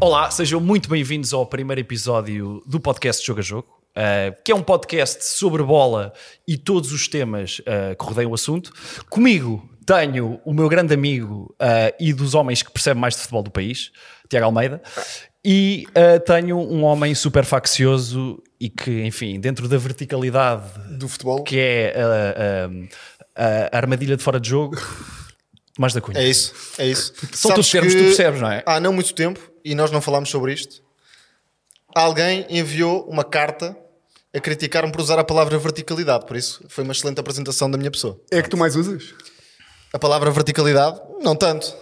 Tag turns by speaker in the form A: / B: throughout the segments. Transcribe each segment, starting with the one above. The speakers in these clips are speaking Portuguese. A: Olá, sejam muito bem-vindos ao primeiro episódio do podcast Jogo a Jogo, eh, que é um podcast sobre bola e todos os temas eh, que rodeiam o assunto. Comigo tenho o meu grande amigo eh, e dos homens que percebe mais de futebol do país, Tiago Almeida, e eh, tenho um homem super faccioso e que, enfim, dentro da verticalidade
B: do futebol.
A: que é ah, ah, a armadilha de fora de jogo, mais da Cunha.
B: É isso, é isso.
A: São todos
B: Sabes
A: termos que tu percebes, não é?
B: Há não muito tempo, e nós não falámos sobre isto, alguém enviou uma carta a criticar-me por usar a palavra verticalidade, por isso foi uma excelente apresentação da minha pessoa.
C: É que tu mais usas?
B: A palavra verticalidade, não tanto,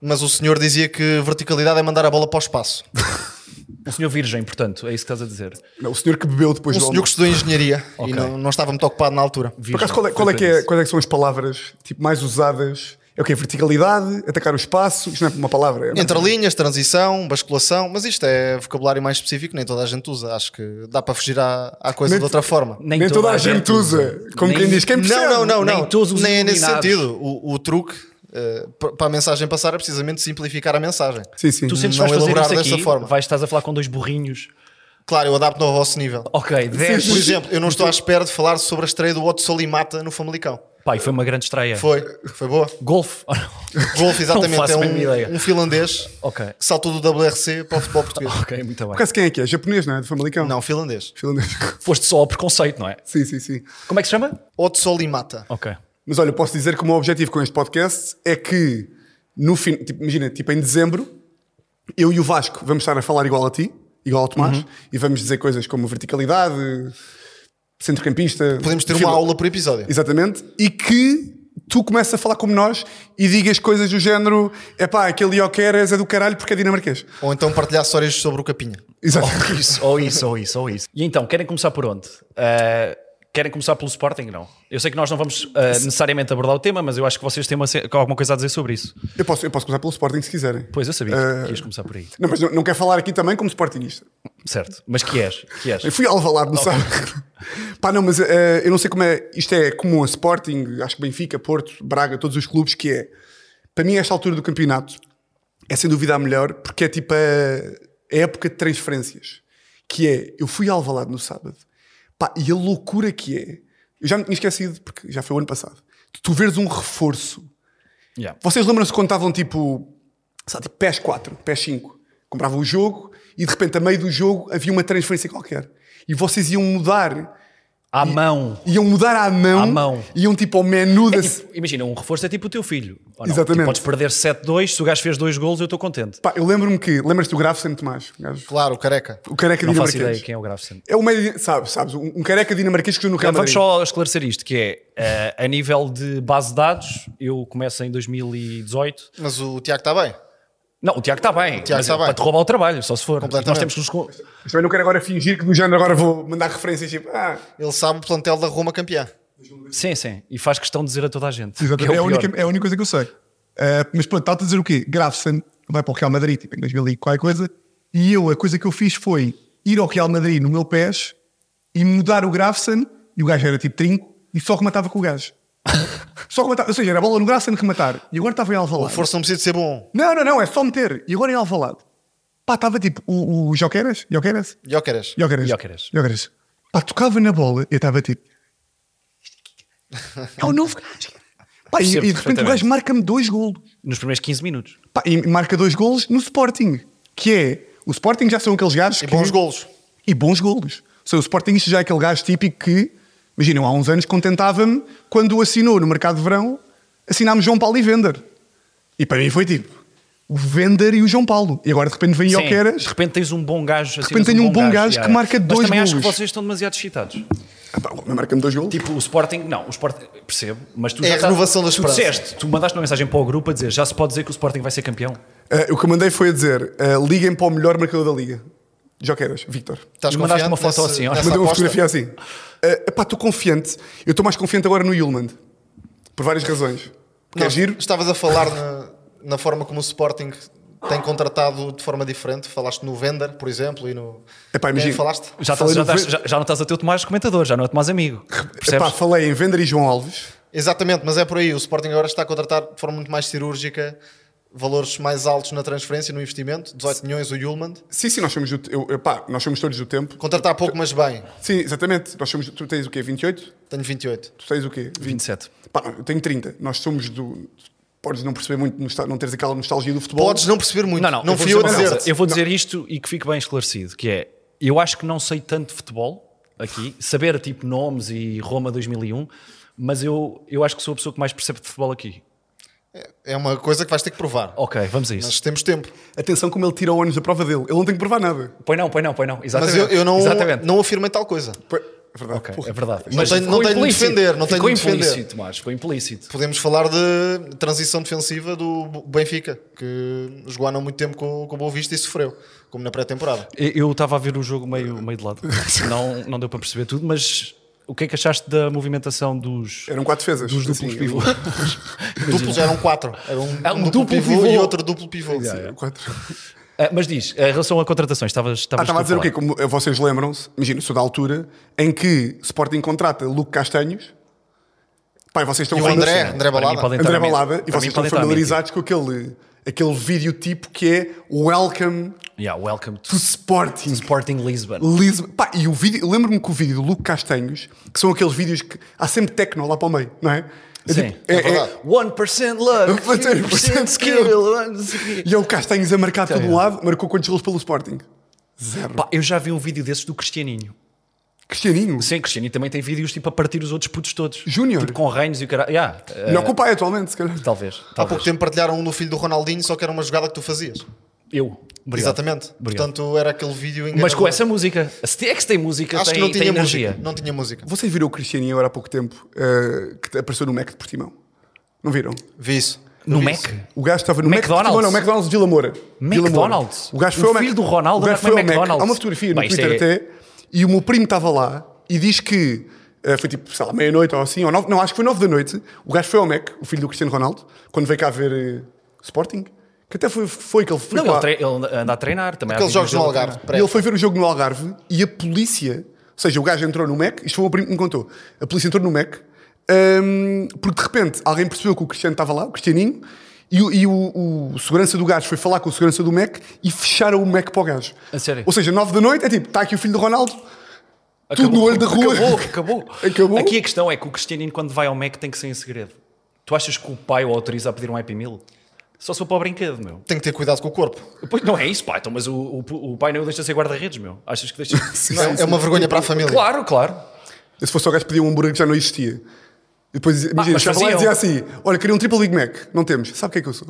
B: mas o senhor dizia que verticalidade é mandar a bola para o espaço. Um
A: O senhor Virgem, portanto, é isso que estás a dizer.
C: Não, o senhor que bebeu depois
B: Um
C: do
B: senhor que
C: almoço.
B: estudou engenharia
A: Ok.
B: e não, não estava muito ocupado na altura.
C: Por acaso, qual é, qual é que é-
A: Exatamente.
C: quais é que são as palavras tipo, mais usadas? É o quê? Verticalidade, atacar o espaço? Isto não é uma palavra. É
B: Entre linhas, transição, basculação, mas isto é vocabulário mais específico, nem toda a gente usa. Acho que dá para fugir à, à coisa
C: Nem-
B: de outra forma.
A: Nem,
C: Nem toda a gente usa. Como
A: Nem-
C: quem diz, quem percebe?
B: Não, não, não,
A: Nem
B: não.
A: todos os
B: Nem é nesse
A: iluminados.
B: sentido. O, o truque eh, pa- para a mensagem passar é precisamente simplificar a mensagem.
C: Sim, sim.
A: Tu sentes que
B: Não
A: vais fazer
B: elaborar
A: isso aqui,
B: desta forma.
A: vais, estás a falar com dois burrinhos.
B: Claro, eu adapto ao vosso nível.
A: Ok, 10.
B: Por exemplo, eu não estou à espera de falar sobre a estreia do Otto Solimata no Famalicão.
A: Pai, foi uma grande estreia.
B: Foi, foi boa.
A: Golf. Não
B: Golfe, exatamente.
A: faço
B: É
A: a mínima ideia.
B: um, um finlandês
A: ok,
B: que saltou do WRC para o futebol português.
A: ok, muito
C: Por
A: bem.
C: acaso, quem é que é? Japonês, não é? Do Famalicão?
B: Não, finlandês.
C: Finlandês.
A: Foste só ao preconceito, não é?
C: Sim, sim, sim.
A: Como é que se chama?
B: Otto Solimata.
A: Ok.
C: Mas olha, eu posso dizer que o meu objetivo com este podcast é que, no fim, tipo, imagina, tipo em dezembro, eu e o Vasco vamos estar a falar igual a ti, igual ao Tomás, e vamos dizer coisas como verticalidade, centrocampista.
B: Podemos ter
C: fila-
B: uma aula por episódio.
C: Exatamente. E que tu começas a falar como nós e digas coisas do género: é pá, aquele Ioqueras é do caralho porque é dinamarquês.
B: Ou então partilhar histórias sobre o Capinha.
C: Exato.
A: Isso, ou isso, ou isso, ou isso. E então, querem começar por onde? Ah, querem começar pelo Sporting? Não. Eu sei que nós não vamos ah, necessariamente abordar o tema, mas eu acho que vocês têm uma ce- alguma coisa a dizer sobre isso.
C: Eu, posso, eu posso começar pelo Sporting se quiserem.
A: Pois eu sabia
C: Ah.
A: que ias começar por aí.
C: Não, mas não, não quero falar aqui também como Sportingista.
A: Certo. Mas que és? Que és?
C: Eu fui ao Alvalade no sábado. Pá, não, mas eh, eu não sei como é. Isto é comum a Sporting, acho que Benfica, Porto, Braga, todos os clubes, que é. Para mim, esta altura do campeonato é sem dúvida a melhor, porque é tipo a, a época de transferências. Que é. Eu fui ao Alvalade no sábado. Pá, e a loucura que é. Eu já me tinha esquecido, porque já foi o ano passado. de Tu veres um reforço
A: Yeah.
C: vocês lembram-se quando estavam tipo, sabe, tipo PES 4, PES 5? Compravam o jogo e de repente, a meio do jogo, havia uma transferência qualquer. E vocês iam mudar,
A: À mão.
C: iam mudar à mão,
A: À mão.
C: iam tipo ao menu da.
A: Tipo, imagina, um reforço é tipo o teu filho. ou não?
C: Exatamente.
A: Tu podes perder 7-2, se o gajo fez dois golos, eu estou contente.
C: Pá, eu lembro-me que, lembras-te do Grafo Santo Tomás? O gajo-
B: Claro, careca.
C: O careca
A: Não faço ideia
C: dinamarquês.
A: quem é o Graf Santos.
C: É o meio, sabes, sabes, um um careca dinamarquês que jogou no
D: é
C: Real
A: Vamos
C: Madrid.
A: só esclarecer isto, que é, ah, a nível de base de dados, eu começo em 2018,
B: Mas o Tiago está bem.
A: Não, o Tiago está bem.
B: Tiago
A: mas
D: tá
B: está
A: é
B: bem.
A: Para te roubar o trabalho, só se for.
B: Completamente.
A: Nós temos que nos... co-
C: Mas também não quero agora fingir que do género agora vou mandar referências tipo, ah,
B: Ele sabe o plantel da Roma campeã.
A: Sim, sim. E faz questão de dizer a toda a gente.
D: Exatamente.
A: que
D: É,
A: é
D: a
A: o pior.
D: única, é a única coisa que eu sei. Uh, mas pronto, está-te a dizer o quê? Grafson vai para o Real Madrid, tipo, em 2000 e qualquer coisa. E eu, a coisa que eu fiz foi ir ao Real Madrid no meu pés e mudar o Grafson. E o gajo era tipo trinco e só rematava com o gajo. só rematava. Ou seja, era a bola no Grafson rematar. E agora estava em
B: A
D: Alvalade.
B: força não precisa de ser bom.
D: Não, não, não, é só meter. E agora em Alvalade. Pá, estava tipo o, o Joqueras, Joqueras,
B: Jóqueras.
D: Jokeres.
A: Jóqueres.
D: Jóqueres. Pá, tocava na bola, eu estava tipo. É o novo gajo. Pá, e, e
A: Percebo
D: de repente o
A: perfeitamente.
D: gajo marca-me dois golos.
A: Nos primeiros 15 minutos.
D: Pá, e marca dois golos no Sporting. Que é. O Sporting já são aqueles gajos.
B: E
D: que-
B: bons golos.
D: E bons golos. Ou seja, o Sporting isto já é aquele gajo típico que. Imaginam, há uns anos contentava-me quando assinou no mercado de verão, assinámos João Paulo e Vender. E para mim foi tipo. O Vender e o João Paulo. E agora de repente vem
A: Sim,
D: Joqueras.
A: De repente tens um bom gajo. De
D: repente tenho um bom gajo que marca
A: Mas
D: dois
A: também acho que
D: golos.
A: vocês estão demasiado excitados.
C: ah, pá, marca-me dois golos.
A: Tipo, o Sporting... Não, o Sporting... Percebo. Mas tu
B: É
A: já
B: a renovação da
A: tu
B: esperança.
A: disseste, tu mandaste uma mensagem para o grupo a dizer já se pode dizer que o Sporting vai ser campeão.
C: Ah, o que eu mandei foi a dizer: ah, liguem para o melhor marcador da liga. Joqueras, Victor.
B: Estás
A: E mandaste
B: confiante
A: uma foto
B: nesse-
A: assim, ó.
B: nessa
C: Mandei uma
B: aposta?
C: fotografia assim. Ah, pá, estou confiante. Eu estou mais confiante agora no Yulman. Por várias razões. Porque
B: Não,
C: é giro.
B: Estavas a falar na, na forma como o Sporting tem contratado de forma diferente. Falaste no Vender, por exemplo, e no.
C: Epá,
B: Quem é
C: imagina.
B: falaste?
A: Já, estás-
C: Falei
A: já
C: do
A: estás-
C: Ve-
A: já- já não estás a ter o Tomás comentador, já não é o Tomás amigo. Percebes?
C: Epá, falei em Vender e João Alves.
B: Exatamente, mas é por aí. O Sporting agora está a contratar de forma muito mais cirúrgica valores mais altos na transferência, no investimento, 18 milhões o Yulman.
C: Sim, sim, nós somos, do, eu, eu, pá, nós somos todos do tempo.
B: Contratar pouco, mas bem.
C: Sim, exatamente. Nós somos, tu tens o quê? 28?
B: Tenho 28.
C: Tu tens o quê? 20?
A: 27.
C: Pá, não, eu tenho 30. Nós somos do. Podes não perceber muito, nosta- não teres aquela nostalgia do futebol.
B: Podes não perceber muito.
A: Não, não,
B: não
A: eu vou
B: fui eu a
A: dizer uma
B: dizer.
A: coisa. Eu vou dizer isto e que fique bem esclarecido, que é, eu acho que não sei tanto de futebol aqui, saber tipo nomes e Roma 2001, mas eu, eu acho que sou a pessoa que mais percebe de futebol aqui.
B: É uma coisa que vais ter que provar.
A: Ok, vamos a isso.
B: Mas temos tempo.
C: Atenção como ele tira o anos da prova dele. Ele não tem que provar nada.
A: Pois não, pois não, pois não. Exatamente.
B: Mas eu, eu não,
A: Exatamente.
B: não afirmei tal coisa.
C: Pô, É verdade.
A: Ok,
C: Porra.
A: é verdade.
B: Não tenho- não
A: ficou
B: tenho de
A: implícito.
B: defender, não tenho
A: ficou
B: de defender.
A: implícito, Tomás, ficou implícito.
B: Podemos falar de transição defensiva do Benfica, que jogou há não muito tempo com, com o Boa Vista e sofreu, como na pré-temporada.
A: Eu- Eu estava a ver o jogo meio, meio de lado. Não, não deu para perceber tudo, mas o que é que achaste da movimentação dos,
C: Eram quatro defesas.
A: dos duplos
C: Assim,
A: pivôs?
B: Duplos eram quatro. Era um,
A: É um duplo
B: pivô,
A: pivô.
B: e outro duplo pivô.
A: É.
C: eu- Quatro.
A: Ah, mas diz, em relação a contratações, estavas, estavas
C: Ah, estava
A: tu
C: a dizer o quê?
A: falar.
C: Como eh, vocês lembram-se, imagina, sou da altura, em que Sporting contrata Luke Castanhos. Pai, vocês estão
B: E o
C: fami-
B: André, André
A: Para mim
B: Balada.
A: podem-
C: André
A: Para mim-
C: Balada, e
A: para
C: vocês
A: mim
C: estão
A: podem estar a
C: familiarizados com aquele, aquele videotipo que é Welcome
A: Yeah, welcome to
C: to Sporting.
A: Sporting Lisbon.
C: Lisboa. Pá, e o vídeo, lembro-me que o vídeo do Luke Castanhos, que são aqueles vídeos que há sempre tecno lá para o meio, não é? É
A: Sim,
C: tipo, é- é-
A: 1% luck,
C: 1%
A: 1% skill. não sei o quê.
C: e é o Castanhos a marcar todo
A: bem.
C: um lado, marcou quantos golos pelo Sporting? Zero.
A: Pá, eu já vi um vídeo desses do Cristianinho.
C: Cristianinho.
A: Sim, Cristianinho também tem vídeos tipo a partir os outros putos todos.
C: Júnior.
A: Tipo com reinos e o caralho. Yeah, eh,
C: Melhor que o pai atualmente, se calhar.
A: talvez.
B: Há
A: talvez.
B: pouco tempo partilharam um do filho do Ronaldinho, só que era uma jogada que tu fazias.
A: Eu. Obrigado.
B: Exatamente.
A: Obrigado.
B: Portanto, era aquele vídeo enganador.
A: Mas com essa música. Se tem- é que se tem música,
B: Acho
A: tem,
B: que não tinha
A: tem energia.
B: música. Não tinha música.
C: Vocês viram o Cristianinho agora há pouco tempo, eh, que apareceu no Mac de Portimão? Não viram?
B: Vi isso.
A: No
B: Eu vi
A: Mac?
B: isso.
C: O gajo estava no Mac de
A: McDonald's?
C: Portimão, não, McDonald's de Vila Moura. Vila Moura.
A: McDonald's?
C: O gajo
A: O
C: foi ao Mac-
A: filho do Ronaldo
C: o gajo
A: era
C: foi ao
A: para McDonald's.
C: Mac. Há uma fotografia no
A: Bem, isto
C: Twitter
A: é-
C: até, e o meu primo estava lá e diz que eh, foi tipo, sei lá, meia-noite ou assim, ou nove, não, acho que foi nove da noite. O gajo foi ao Mac, o filho do Cristiano Ronaldo, quando veio cá ver eh, Sporting, que até foi, foi que ele foi
A: Não,
C: lá.
A: ele, tre- ele anda a treinar também. há
B: Aqueles
A: vídeos
B: jogos no
A: dele a
B: Algarve.
C: E ele
B: parece.
C: foi ver o jogo no Algarve e a polícia, ou seja, o gajo entrou no Mac, isto foi o primo que me contou, a polícia entrou no Mac, hum, porque de repente alguém percebeu que o Cristiano estava lá, o Cristianinho, e, o, e o- o segurança do gajo foi falar com o segurança do Mac e fecharam o Mac para o gajo.
A: A sério?
C: Ou seja, 9 da noite é tipo, está aqui o filho do Ronaldo,
A: Acabou.
C: tudo no olho da rua.
A: Acabou, acabou.
C: Acabou.
A: Aqui a questão é que o Cristianinho, quando vai ao Mac, tem que ser em segredo. Tu achas que o pai o autoriza a pedir um Happy Meal? Só sou para o brinquedo, meu.
B: Tem que ter cuidado com o corpo.
A: Pois não é isso, pá. Então, mas o, o- o pai não o deixa ser guarda-redes, meu. Achas que deixa.
B: Não, é uma vergonha para a família.
A: claro, claro.
C: Se fosse o gajo pedir um hambúrguer que já não existia. E depois, imagina,
A: mas
C: chegava lá e dizia
A: faziam.
C: assim, olha, queria um triple Big Mac, não temos, sabe o que é que eu sou?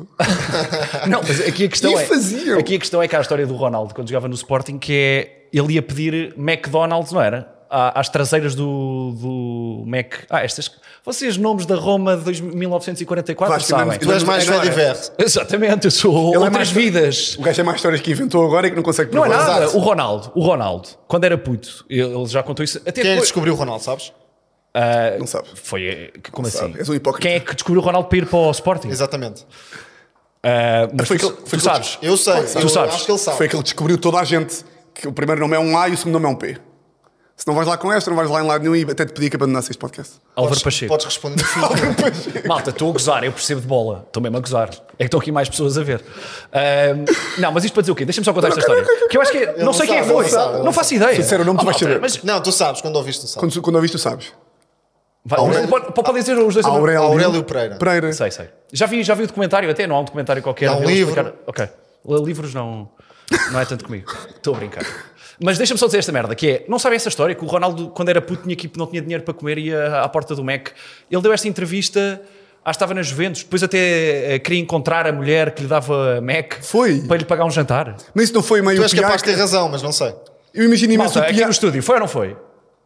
A: Não, mas aqui a questão
C: E
A: é.
C: faziam.
A: Aqui a questão é que há a história do Ronaldo quando jogava no Sporting, que é ele ia pedir McDonald's, não era? À- Às traseiras do, do Mac. Ah, estas. Vocês, nomes da Roma de dois- 1944,
C: Vasco,
A: sabem?
B: Tu és mais
C: Agora-
B: velho e verde.
A: Exatamente, eu sou
C: Ele é
A: outras
C: mais-
A: vidas.
C: O gajo é mais histórias que inventou agora e que não consegue
A: Não é
C: provar.
A: nada.
B: Exato.
A: O Ronaldo, o Ronaldo, quando era puto, ele ele já contou isso. Até
B: Quem é que
A: depois-
B: descobriu o Ronaldo, sabes?
C: Não sabe.
A: Foi. eh, que- Como assim?
C: sabe, és um hipócrita.
A: Quem é que descobriu o Ronaldo para ir para o Sporting?
B: Exatamente.
A: Ah, mas
C: Foi
A: tu,
C: que-
A: tu
C: foi que-
A: sabes.
B: Eu sei.
A: Tu
B: eu
A: sabes.
B: Acho que ele sabe.
C: Foi que ele descobriu toda a gente que o primeiro nome é um A e o segundo nome é um P. Se não vais lá com esta, não vais lá em lado nenhum e até te pedi que abandonasse este podcast.
A: Álvaro
B: Podes-
A: Pacheco.
B: Podes responder no fim.
A: Malta, estou a gozar, eu percebo de bola. Estou mesmo a gozar. É que estão aqui mais pessoas a ver. Ahm, não, mas isto para dizer o quê? Deixa-me só contar esta história. Que eu acho que. é- Não,
B: não
A: sei quem é que
B: sabe,
A: foi.
B: ele não sabe, ele
A: Não,
B: não
A: faço ideia. Ah,
C: disser o nome, tu vais
A: malta,
C: saber.
A: Mas.
B: Não, tu sabes, quando ouviste, tu sabes.
C: Quando, quando ouviste, tu sabes.
A: Vai,
B: Aurélio-
A: pode- pode dizer os dois
C: Aurélio,
B: Aurélio Pereira.
C: Pereira.
A: Sei, sei. Já vi, já vi o documentário, até não há um documentário qualquer.
B: Há um
A: deles
B: livro.
A: Ok. L- Livros não, não é tanto comigo. Estou a brincar. Mas deixa-me só dizer esta merda, que é, não sabem essa história, que o Ronaldo, quando era puto, tinha que, não tinha dinheiro para comer e ia à porta do Mac. Ele deu esta entrevista, acho que estava na Juventus, depois até eh, queria encontrar a mulher que lhe dava Mac
C: Foi.
A: para lhe pagar um jantar.
C: Mas isso não foi meio
B: Tu és capaz de
C: piaca.
B: ter razão, mas não sei.
C: Eu imagino imenso
A: Malta, é
C: o
A: aqui
C: piaca.
A: no estúdio, foi ou não foi?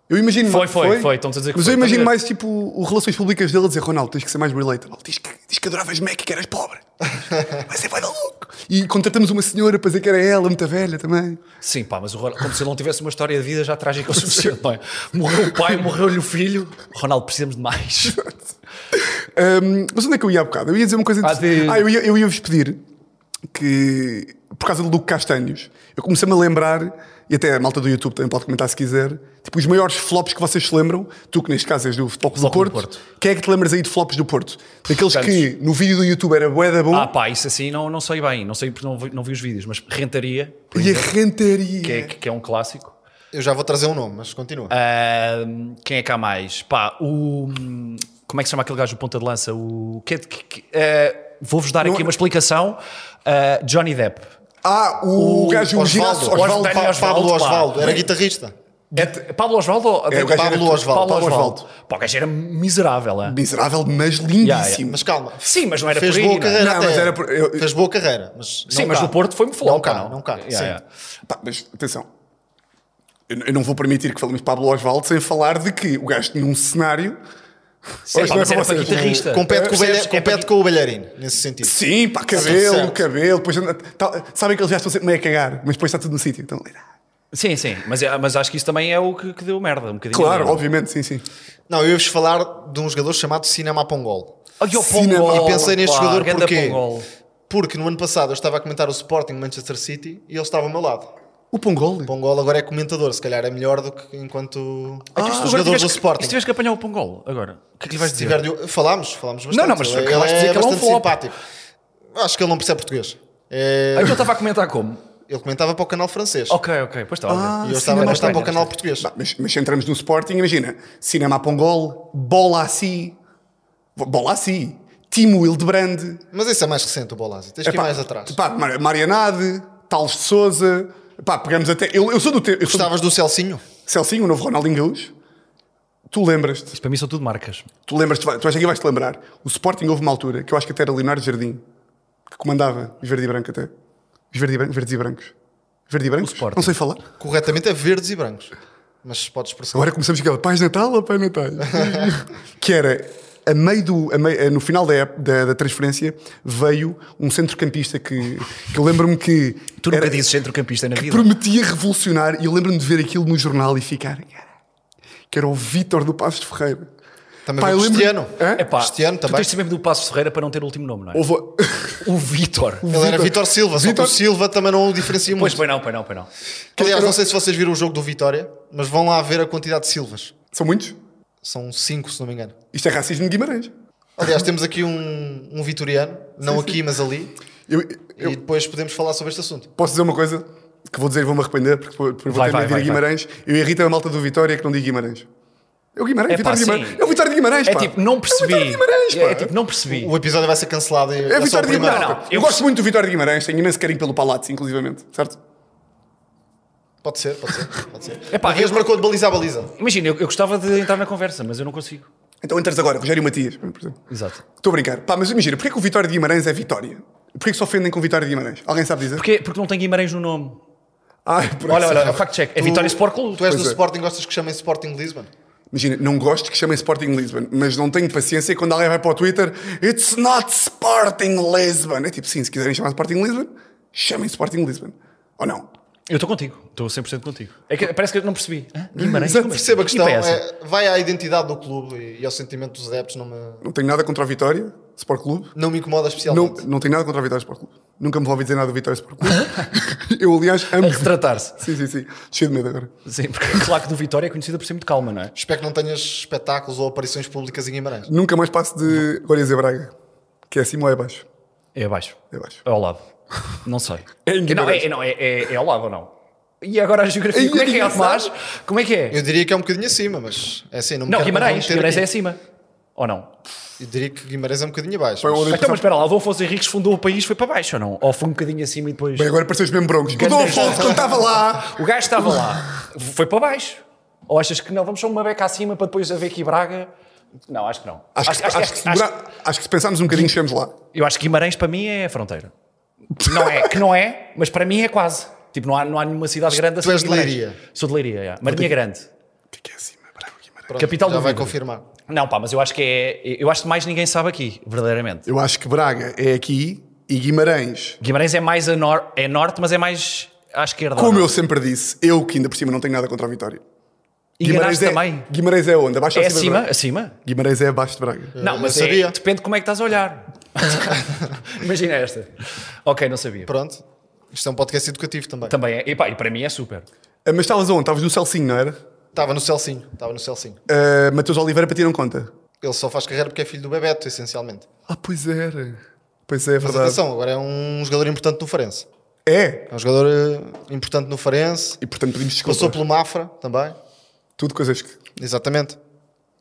C: Eu imagino
A: Foi, foi, foi, estão-te a dizer que
C: Mas
A: foi, Tá
C: eu imagino
A: estão a
C: mais tipo o relações públicas dele a dizer: Ronaldo, tens que ser mais relatable. Diz que, diz que adoravas Mac e que eras pobre. Mas você vai dar louco. E contratamos uma senhora para dizer que era ela, muito velha também.
A: Sim, pá, mas o Ronaldo, como se ele não tivesse uma história de vida já trágica o suficiente, não é? Morreu o pai, morreu-lhe o filho. Ronaldo, precisamos de mais.
C: Ahm, mas onde é que eu ia há bocado? Eu ia dizer uma coisa
A: Ah,
C: interessante.
A: de-
C: Ah, eu ia- eu ia-vos pedir que, por causa do Luque Castanhos, eu comecei-me a lembrar e até a malta do YouTube também pode comentar se quiser, tipo, os maiores flops que vocês se lembram, tu que neste caso és do Futebol Clube do
A: Futebol
C: Porto,
A: Clube do
C: quem é que te lembras aí de flops do Porto? Daqueles que no vídeo do YouTube era bué da bom
A: Ah pá, isso assim não, não sei bem, não sei porque não vi, não vi os vídeos, mas rentaria,
C: e a rentaria.
A: que é, que é um clássico.
B: Eu já vou trazer um nome, mas continua.
C: Ah,
A: Ahm, quem é que há mais? Pá, o. Como é que se chama aquele gajo do ponta de lança? O. que é de- que- que- eh, Vou-vos dar aqui uma explicação. Ah, Johnny Depp.
C: Ah, o, gajo, o giraço,
B: Osvaldo,
C: Osvaldo,
A: Daniel
B: Pa-
A: Osvaldo,
B: Pablo
A: pá.
B: Osvaldo, era guitarrista.
A: É de- Pablo Osvaldo ou
C: É, o gajo
B: Pablo
C: era-
B: Osvaldo,
A: Pablo
C: Pablo
A: Osvaldo.
C: Osvaldo.
A: Pá, o gajo era miserável, é?
C: Miserável, mas
A: yeah.
C: lindíssimo.
B: Mas calma,
A: Sim, mas não era
B: fez
A: por aí,
B: boa
A: não é?
B: carreira.
C: Não,
B: até.
C: mas era por- eu-
B: Fez boa carreira, mas.
A: Sim,
B: não
A: mas
B: cá.
A: no Porto foi-me flop.
B: Não cá,
A: pá,
B: não cá,
A: Yeah,
B: sim.
A: yeah.
C: Pá, mas atenção, eu, eu não vou permitir que falemos de Pablo Osvaldo sem falar de que o gajo tinha um cenário.
A: Sim,
C: Hoje
A: pá,
C: não é
A: mas
C: para
A: era para
C: vocês,
A: guitarrista.
B: Compete, com o,
A: Percebes?
B: balha-
A: É para
B: compete com o Balharino, nesse sentido.
C: Sim, pá,
B: Sim,
C: cabelo,
B: certo.
C: cabelo. Depois, anda- tá- sabem que eles já estão sempre meio a cagar, mas depois está tudo no sítio. Então,
A: Sim, sim, mas, é- mas acho que isso também é o que, que deu merda, um bocadinho.
C: claro,
A: Merda.
C: obviamente, sim, sim.
B: Não, eu ia-vos falar de um jogador chamado Cinema Pongol.
A: Ai, o
C: Cinema.
A: Pongol,
B: E pensei neste
A: pá, um
B: jogador
A: ganda
B: porquê?
A: Pongol.
B: Porque no ano passado eu estava a comentar o Sporting Manchester City e ele estava ao meu lado.
C: O Pongol.
B: Pongol agora é comentador, se calhar é melhor do que enquanto
A: Ah, isto agora
B: jogador
A: tiveste
B: do
A: que-
B: Sporting.
A: isto tiveste que apanhar o Pongol agora. O que é que lhe vais
B: Se
A: dizer?
B: tiver de- Falámos, falámos bastante.
A: Não, não, mas
B: ele,
A: acabaste de dizer
B: é
A: que ele é um
B: bastante
A: flop.
B: simpático. Acho que ele não percebe português. É,
A: Ah, então estava a comentar como?
B: Ele comentava para o canal francês.
A: Ok, ok, pois estava. a
C: Ah,
A: ver.
B: E eu
C: sim,
B: estava a
C: não
B: gostar
A: estranho,
B: para o canal
A: não
B: português.
C: Bah, mas, mas se entramos no Sporting, imagina, Cinema Pongol, Bola Assi, Bola Assi, Timo Hildebrand,
B: Mas isso é mais recente, o Bolasi. Tens que ir
C: epá,
B: mais atrás.
C: Pá, Mar- Marianade, Tales de Souza, pá, pegamos até. Eu, eu sou do tempo. Eu sou do
B: Gostavas do Celcinho?
C: Celcinho, o novo Ronaldinho Gaúcho. Tu lembras-te,
A: Isso para mim são tudo marcas.
C: tu lembras-te, vai- tu acho que vais te lembrar. O Sporting houve uma altura que eu acho que até era Leonardo Jardim, que comandava os verde e branco até. Os verde e branco, verdes e brancos. Verde e brancos?
A: Sporting.
C: Não sei falar.
B: Corretamente é verdes e brancos. Mas podes perceber.
C: Agora começamos aquela Paz Natal ou Pai Natal? que era, a meio do, a meio- eh, no final da, ép- da, da transferência, veio um centrocampista que, que eu lembro-me que,
A: Tu nunca
C: era-
A: dizes centrocampista na
C: que
A: vida.
C: prometia revolucionar e eu lembro-me de ver aquilo no jornal e ficar, cara, que era o Vítor do Passos Ferreira.
B: Também
C: Pá,
B: foi
C: eu lembro-
B: Cristiano.
C: Hã?
A: É pá,
B: Cristiano
A: tu
B: também.
A: tens de saber do Passo Ferreira para não ter o último nome, não é?
C: Houve...
A: O Vitor.
B: Ele era Vitor Silva, só que o
C: Vítor-
B: Silva também não o diferencia
A: Pois,
B: muito.
A: pois não, pois não, pois não.
B: Aliás, não sei se vocês viram o jogo do Vitória, mas vão lá ver a quantidade de Silvas.
C: São muitos?
B: São cinco, se não me engano.
C: Isto é racismo de Guimarães.
B: Aliás, temos aqui um, um vitoriano, não aqui, mas ali.
C: Eu, eu
B: E depois podemos falar sobre este assunto.
C: posso dizer uma coisa que vou dizer e vou-me arrepender porque, vou- porque vou
A: Vai,
C: ter medo de ir a
A: vai, vai,
C: Guimarães. Eu irrito a malta do Vitória que não digo Guimarães. É o Guimarães,
A: É pá,
C: Vitória de
A: sim.
C: Guimarães. É o Vitória de Guimarães,
A: É
C: pá.
A: tipo, não percebi.
C: É o Vitória de Guimarães,
A: É,
C: pá.
A: é tipo, não percebi.
B: O episódio vai ser cancelado. e
C: É
B: só o
C: Vitória de
B: primeiro.
C: Guimarães.
A: Não, não, eu
C: pá. Eu
A: perce-
C: gosto muito do Vitória de Guimarães, tenho imenso carinho pelo Palácio, inclusivamente, certo?
B: Pode ser, pode ser. Pode ser.
A: Epá,
B: Uma vez
A: eu-
B: marcou de baliza a baliza.
A: Imagina, eu, eu gostava de entrar na conversa, mas eu não consigo.
C: Então entras agora, Rogério Matias, por exemplo.
A: Exato.
C: Estou a brincar. Pá, mas imagina, porquê que o Vitória de Guimarães é Vitória? Porquê que se ofendem com o Vitória de Guimarães? Alguém sabe dizer?
A: Porque, porque não tem Guimarães no nome.
C: Ai, por
A: Olha,
C: isso.
A: olha, fact check. É Vitória
B: Tu-
A: Sport Clube.
B: Tu és
C: Pois
B: do
C: é.
B: Sporting, gostas que chamem Sporting Lisbon?
C: Imagina, não gosto que chamem Sporting Lisbon, mas não tenho paciência quando alguém vai para o Twitter It's not Sporting Lisbon. É tipo, sim, se quiserem chamar Sporting Lisbon, chamem Sporting Lisbon. Ou não?
A: Eu estou contigo. Estou 100% contigo. É que parece que eu não percebi. Hã? Guimarães?
C: Exato,
A: Como é?
B: Perceba a
A: Que equipa
B: questão,
A: é essa?
B: é, vai à identidade do clube e, e ao sentimento dos adeptos, não me,
C: Não tenho nada contra o Vitória Sport Clube.
B: não me incomoda
C: Não,
B: especialmente.
C: não tenho nada contra o Vitória Sport Clube. Nunca me vou ouvir dizer nada do Vitória Sport Clube. Eu, aliás, amo...
A: A retratar-se.
C: Sim, sim, sim. Cheio de medo agora.
A: Sim, porque a claque do Vitória é conhecida por ser muito calma, não é?
B: Espero que não tenhas espetáculos ou aparições públicas em Guimarães.
C: Nunca mais passo de... Agora ia dizer Braga. Que é acima ou é abaixo?
A: É abaixo.
C: É abaixo.
A: É ao lado. Não sei.
C: É em
A: não,
C: Guimarães.
A: é, não, é, é, é ao lado ou não? E agora a geografia?
C: É
A: como é que é,
C: engraçado.
A: Tomás? Como é que é?
B: Eu diria que é um bocadinho acima, mas é assim, não me
A: Não,
B: quero
A: Guimarães.
B: comprometer
A: Guimarães é
B: aqui.
A: acima. Ou não?
B: Eu diria que Guimarães é um bocadinho abaixo.
C: Foi
B: mas-
C: onde-
A: Então, mas espera lá, o Afonso Henriques fundou o país, foi para baixo ou não? Ou foi um bocadinho acima e depois.
C: Bem, agora pareceu os mesmo broncos. O
A: Grande
C: Dom Afonso, quando estava lá...
A: O gajo estava lá, foi para baixo. Ou achas que não? Vamos só uma beca acima para depois haver aqui Braga? Não, acho que não.
C: Acho que, acho, que se demorar- acho que se pensarmos um bocadinho, chegamos lá.
A: Eu acho que Guimarães para mim é a fronteira. Não é, que não é, mas para mim é quase. Tipo, não há, não há nenhuma cidade grande assim.
B: és de
A: Guimarães.
B: Leiria?
A: Sou de Leiria, yeah. Marinha Grande.
C: O que é que é acima? Braga, Guimarães?
B: Pronto,
A: Capital
B: já
A: do
B: vai
A: vidro.
B: confirmar.
A: Não, pá, mas eu acho que é. Eu acho que mais ninguém sabe aqui, verdadeiramente.
C: Eu acho que Braga é aqui e Guimarães.
A: Guimarães é mais a nor é norte, mas é mais à esquerda. ou
C: Como
A: não? é?
C: eu sempre disse, eu que ainda por cima não tenho nada contra a Vitória.
A: E Guimarães
C: é,
A: também.
C: Guimarães é onde? Abaixo
A: É
C: ou acima? de
A: acima,
C: Braga?
A: acima.
C: Guimarães é abaixo de Braga.
A: Não,
B: não
A: mas é-
B: sabia.
A: depende de como é que estás a olhar. Imagina esta. Ok, não sabia.
B: Pronto. Isto é um podcast educativo também.
A: Tá. Também é. E, pá, e para mim é super.
C: Ah, mas estavas onde? Estavas no Celcinho, não era?
B: Estava no Celcinho, estava no Celcinho.
C: Ah, Mateus Oliveira partiram conta.
B: Ele só faz carreira porque é filho do Bebeto, essencialmente.
C: Ah, pois era. Pois é, é
B: Mas
C: verdade.
B: atenção, agora é um jogador importante no Farense.
C: É.
B: É um jogador eh, importante no Farense.
C: E portanto pedimos desculpa.
B: Passou pelo Mafra também.
C: Tudo coisas que...
B: Exatamente.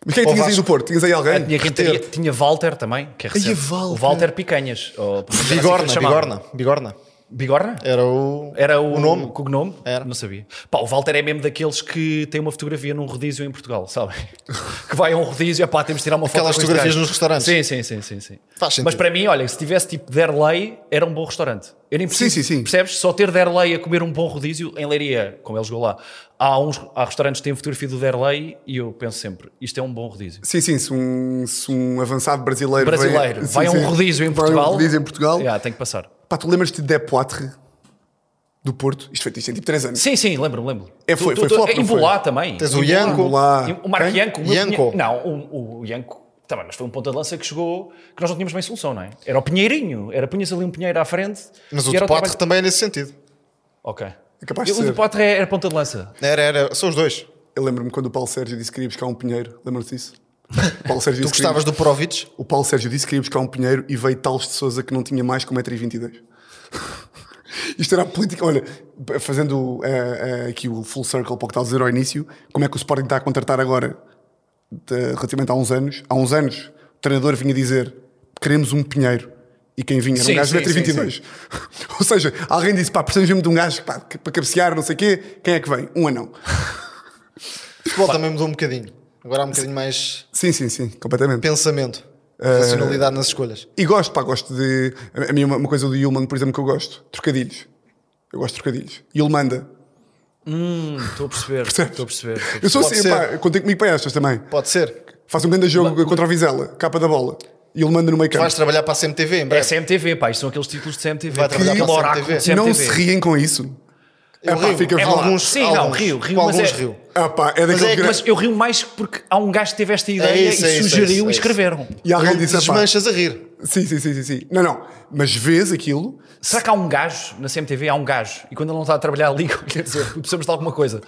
C: Mas quem é
B: Ou
C: que tinhas aí
B: Vasco.
C: do Porto? Tinhas aí alguém?
A: Tinha, Renteria, tinha Walter também, que é recente.
C: Walter.
A: O Walter Picanhas. ou-
B: Bigorna,
A: assim que lhe chamavam.
B: Bigorna, Bigorna.
A: Bigorna?
B: Era o,
A: Era o,
B: o nome.
A: cognome?
B: Era.
A: Não sabia. Pá, o Walter é mesmo daqueles que tem uma fotografia num rodízio em Portugal, sabem? que vai a um rodízio, é pá, temos de tirar uma foto.
B: Aquelas
A: com este
B: fotografias
A: gajo.
B: nos restaurantes.
A: Sim, sim, sim, sim. sim.
B: Faz sentido.
A: Mas para mim, olha, se tivesse tipo Derlei, era um bom restaurante. Eu nem preciso,
C: Sim, sim, sim.
A: Percebes? Só ter Derlei a comer um bom rodízio em Leiria, como ele jogou lá. Há, uns, há restaurantes que têm fotografia do Derlei e eu penso sempre, isto é um bom rodízio.
C: Sim, sim, se um, se um avançado brasileiro...
A: Brasileiro,
C: Sim,
A: vai a
C: sim.
A: um rodízio em
C: Vai a um
A: Portugal.
C: rodízio em Portugal.
A: Yeah, tem que passar.
C: Pá, tu lembras-te de Depoitre? Do Porto? Isto foi isto tem tipo 3 anos.
A: Sim, sim, lembro-me, lembro-me.
C: É, foi- foi flop,
A: Em
C: não foi?
A: Bulá também.
B: Tens
A: Em
B: o
A: Bulá.
B: Ianco.
C: Bulá.
A: O Marco
C: Quem?
A: Ianco. o meu
B: Ianco.
A: Pinhe- Não, o, o Ianco também, mas foi um ponta de lança que chegou que nós não tínhamos bem solução, não é? Era o Pinheirinho. Era punhas ali um Pinheiro à frente.
B: Mas
A: e
B: o
A: era
B: Depatre
A: trabalho-
B: também é nesse sentido.
A: Ok.
B: é
C: capaz de
A: Eu- o
C: ser.
A: Depatre era ponta de lança.
B: Era, era. São os dois.
C: Eu lembro-me quando o Paulo Sérgio disse que queria buscar um pinheiro. Lembram-se disso? O Paulo Sérgio
B: Tu
C: disse que queria-
B: gostavas do Provic?
C: O Paulo Sérgio disse que queria buscar um pinheiro e veio Tales de Souza que não tinha mais é que 1,22m. Isto era a política. Olha, fazendo eh, eh, aqui o full circle para o que estás a dizer ao início, como é que o Sporting está a contratar agora? de- relativamente a uns anos. Há uns anos, o treinador vinha dizer: queremos um pinheiro. E quem vinha era
A: Sim,
C: um gajo de
A: sim, sim,
C: 1,22m. Ou seja, alguém disse: pá, precisamos mesmo de um gajo pá, que- para cabecear, não sei o quê. Quem é que vem? Um anão.
B: O futebol também mudou um bocadinho. Agora há um bocadinho mais
C: Sim, sim, sim, completamente.
B: pensamento,
C: Eh,
B: racionalidade nas escolhas.
C: E gosto, pá, gosto de. A minha, uma coisa do Yulman, por exemplo, que eu gosto: trocadilhos. Eu gosto de trocadilhos. Yulmanda.
A: Hum, Estou a perceber. Estou a perceber. estou a perceber.
C: Eu sou
B: Pode
C: assim,
B: ser.
C: pá, contem comigo para estas também.
B: Pode ser.
C: Faço um grande jogo contra o Vizela, capa da bola. Yulmanda no meio campo.
B: Vais trabalhar para a CMTV em
A: É
B: breve.
A: CMTV, pá, isto são aqueles títulos de CMTV.
B: Vai trabalhar
A: Aquele
B: para a
A: oráculo
B: CMTV.
A: de CMTV.
C: Não se riem com isso.
B: Eu
C: É pá,
B: rio.
C: fica
B: Com
C: vá lá.
B: alguns,
A: Sim, não,
B: alguns,
A: rio, rio,
B: com
A: mas
B: alguns
A: é-
B: rio.
C: Ah, pá, é daqueles
B: é que-
C: gra-
A: Mas eu rio mais porque há um gajo que teve esta ideia
B: isso, é
A: e
B: isso, é
A: sugeriu
B: isso, é
A: e
B: isso.
A: escreveram.
C: E alguém
B: Não te
C: disse, "Ah, pá,
B: desmanchas a rir.
C: sim, sim, sim, sim, sim. Não, não. Mas vês aquilo,
A: Será que há um gajo na CMTV? Há um gajo. E quando ele não está a trabalhar ali, quer dizer, precisamos de alguma coisa.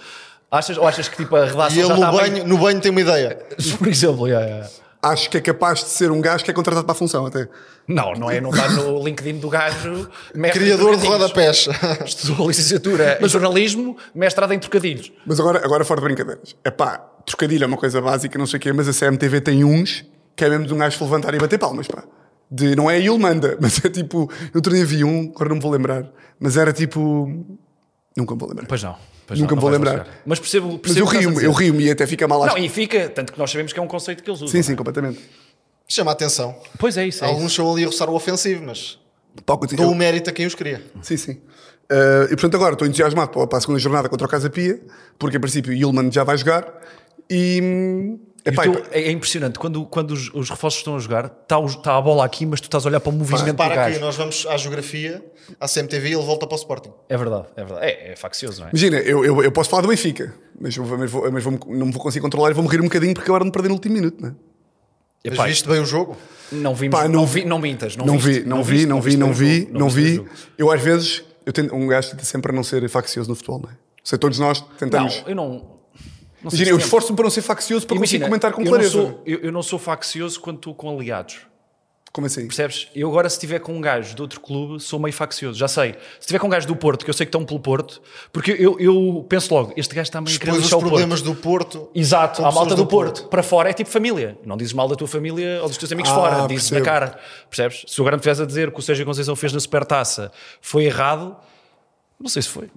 A: Achas, ou achas que tipo a
B: E
A: redação
B: ele
A: já está
B: no
A: bem-
B: banho, tá no banho tem uma ideia.
A: Por exemplo, yeah, yeah.
C: acho que é capaz de ser um gajo que é contratado para a função até.
A: não, não é? Não está no LinkedIn do gajo. mestre em
B: Criador de
A: trocadilhos.
B: rodapés.
A: Estudou licenciatura em jornalismo, mestrado em trocadilhos.
C: Mas agora, agora fora de brincadeiras. É pá, trocadilho é uma coisa básica, não sei o quê, mas a CMTV tem uns que é mesmo de um gajo se levantar e bater palmas, pá. De, não é a Yulmanda, mas é tipo. No outro dia vi um, agora não me vou lembrar, mas era tipo. Nunca me vou lembrar.
A: Pois não. Pois não,
C: Nunca me vou
A: não vais
C: lembrar.
A: buscar. Mas percebo,
C: mas
A: percebo
C: eu
A: o que estás a
C: rio-me,
A: dizer.
C: eu rio-me e até fica mal às...
A: Não, e fica, tanto que nós sabemos que é um conceito que eles usam.
C: Sim, sim, completamente.
B: Chama a atenção.
A: Pois é isso. É isso.
B: Alguns são ali a roçar o ofensivo, mas
C: Pá, continua.
B: dou o mérito a quem os cria.
C: Sim, sim. Eh, e portanto agora estou entusiasmado para, para a segunda jornada contra o Casa Pia, porque a princípio o Yulman já vai jogar e. hum,
A: E
C: epá,
A: tu-
C: epá,
A: é é impressionante, quando, quando os, os reforços estão a jogar, está a bola aqui, mas tu estás a olhar para o movimento do
B: Repara aqui,
A: gajo.
B: nós vamos à geografia, à CMTV e ele volta para o Sporting.
A: É verdade, é verdade. É, é faccioso, não é?
C: Imagina, eu, eu, eu posso falar do Benfica, mas, eu vou- mas vou- mas vou-me- não me vou conseguir controlar e vou morrer um bocadinho porque acabaram de perder no último minuto, não é?
B: Mas
A: Epá,
B: viste bem o jogo?
A: Não vimos,
C: Pá,
A: não,
C: não
A: vi, não mintas, não,
C: Não
A: viste,
C: vi, não vi,
A: viste,
C: não vi,
A: viste
C: não
A: o
C: vi,
A: jogo,
C: não
A: viste o
C: vi.
A: jogo.
C: Eu às vezes, eu tento, um gajo tenta sempre a não ser faccioso no futebol, não é? Ou seja, todos nós tentamos.
A: Não, eu não. não sei
C: Imagina,
A: se
C: eu
A: lembro.
C: esforço-me para não ser faccioso para conseguir
A: Imagina,
C: comentar com
A: eu não
C: clareza.
A: sou- Eu, eu não sou faccioso quando estou com aliados.
C: Como assim?
A: Percebes? Eu agora, se tiver com um gajo de outro clube, sou meio faccioso. Já sei. Se tiver com um gajo do Porto, que eu sei que estão pelo Porto, porque eu, eu penso logo, este gajo está meio a querer
B: Depois os
A: lixar o Porto.
B: problemas do Porto.
A: Exato,
B: com
A: à
B: pessoas
A: malta do, Porto. Para fora é tipo família. Não dizes mal da tua família ou dos teus amigos
C: Ah,
A: fora, dizes na
C: percebo.
A: cara. Percebes? Se o grande estivesse a dizer que o Sérgio Conceição fez na supertaça foi errado, não sei se foi.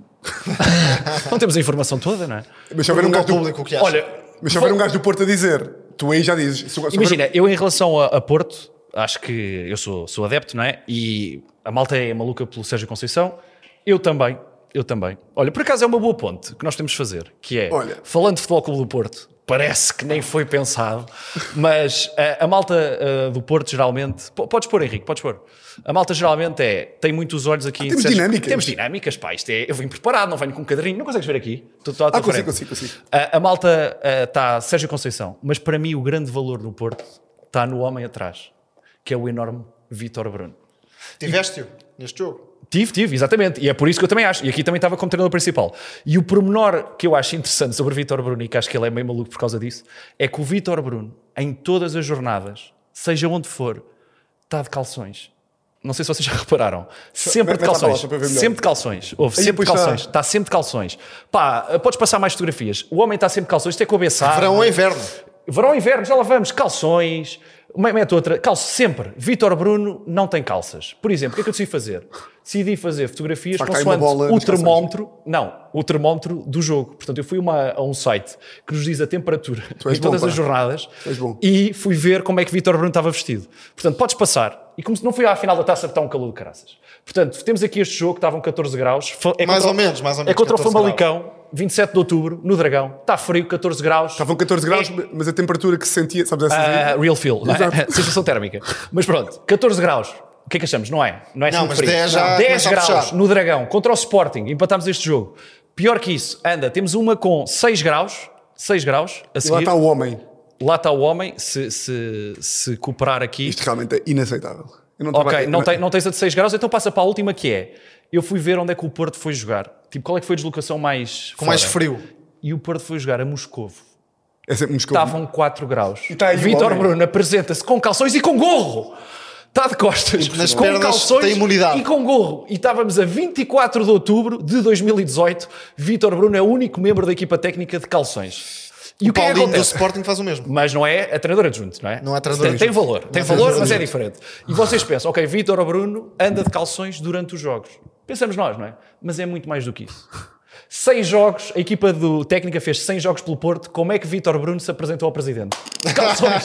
A: não temos a informação toda, não é?
C: Mas se houver um
B: Pergunta
C: gajo
B: ao
C: do-
B: público o que acha.
A: Olha,
C: Mas se houver um gajo do Porto a dizer, tu aí já dizes. se- se houver-
A: imagina, eu em relação a, a Porto, acho que eu sou, sou adepto, não é? E a malta é maluca pelo Sérgio Conceição, eu também. Eu também. Olha, por acaso é uma boa ponte que nós temos de fazer, que é,
C: Olha.
A: falando de Futebol Clube do Porto, parece que nem foi pensado, mas a, a malta ah, do Porto geralmente, po- podes pôr Henrique, podes pôr, a malta geralmente é, tem muitos olhos aqui. em
C: Ah, temos
A: Sérgio-
C: dinâmicas.
A: Temos dinâmicas, pá, isto é, eu vim preparado, não venho com um cadrinho, não consegues ver aqui? Estou- estou à tua
C: Ah, consigo,
A: frente. Ah,
C: consigo, consigo.
A: A, a malta está Sérgio Conceição, mas para mim o grande valor no Porto está no homem atrás, que é o enorme Vítor Bruno.
B: Tiveste-o neste jogo.
A: Tive, tive, exatamente. E é por isso que eu também acho. E aqui também estava como treinador principal. E o pormenor que eu acho interessante sobre o Vítor Bruno, e que acho que ele é meio maluco por causa disso, é que o Vítor Bruno, em todas as jornadas, seja onde for, está de calções. Não sei se vocês já repararam. Sempre
C: mete
A: de
C: lá para lá,
A: calções.
C: só para ver melhor.
A: Sempre de calções. Houve
C: Aí, tá.
A: sempre de
C: pois está.
A: calções. Está sempre de calções. Pá, podes passar mais fotografias. O homem está sempre de calções, isto é cobiçado.
B: Verão ou inverno?
A: Verão, inverno, já lá vamos. Calções. Uma- Mete outra. Calço sempre. Vítor Bruno não tem calças. Por exemplo, o que é que eu decidi fazer? Decidi fazer fotografias
C: facto, há aí uma
A: consoante
C: bola
A: o
C: nas calças.
A: termómetro. Não, o termómetro do jogo. Portanto, eu fui uma- a um site que nos diz a temperatura
C: és
A: em todas
C: bom,
A: as
C: pá.
A: jornadas
C: és bom.
A: e fui ver como é que Vítor Bruno estava vestido. Portanto, podes passar. E como se não fui à final da taça, está um calor de caraças. Portanto, temos aqui este jogo, estavam 14 graus. Fa- É
B: Mais
A: contra-
B: ou menos, mais ou
A: É
B: menos,
A: contra o
B: 14
A: Famalicão, 27 de outubro, no Dragão. Está frio, 14 graus.
C: Estavam 14 graus, mas a temperatura que se sentia, sabes essa?
A: É. Ah, real feel, não é?
C: Exato.
A: sensação térmica. Mas pronto, 14 graus. O que é que achamos? Não é? Não é
B: Não,
A: sempre
B: mas
A: frio.
B: 10 já
A: Não, 10
B: começa a
A: graus
B: puxar.
A: no Dragão contra o Sporting. Empatámos este jogo. Pior que isso, anda, temos uma com 6 graus. 6 graus a
C: e lá
A: seguir. tá
C: está o homem.
A: o homem, se, se, se cooperar aqui.
C: Isto realmente é inaceitável. Eu não é-
A: Ok,
C: estava-
A: não, tem- não tens a de 6 graus, então passa para a última que é. Eu fui ver onde é que o Porto foi jogar. Tipo, qual é que foi a deslocação mais.
B: Com mais
A: fora?
B: frio.
A: E o Porto foi jogar a Moscovo.
C: É sempre um escovo.
A: Estavam 4 graus.
C: tá aí o
A: Vitor
C: homem.
A: Bruno apresenta-se com calções e com gorro. Está de costas,
B: nas
A: com
B: pernas
A: calções
B: tem imunidade.
A: e com gorro. E estávamos a 24 de outubro de 2018. Vitor Bruno é o único membro da equipa técnica de calções. E o, que é que
B: Paulinho do
A: acontece?
B: Sporting faz o mesmo.
A: Mas não é a treinadora adjunto, não é?
B: Não é treinador
A: tem, tem
B: adjunto.
A: valor, tem
B: Não é
A: valor,
B: treinador
A: mas é
B: adjunto.
A: diferente. E vocês pensam, ok, Vítor ou Bruno anda de calções durante os jogos. Pensamos nós, não é? Mas é muito mais do que isso. 100 jogos, a equipa do técnica fez 100 jogos pelo Porto. Como é que Vítor Bruno se apresentou ao presidente? De calções.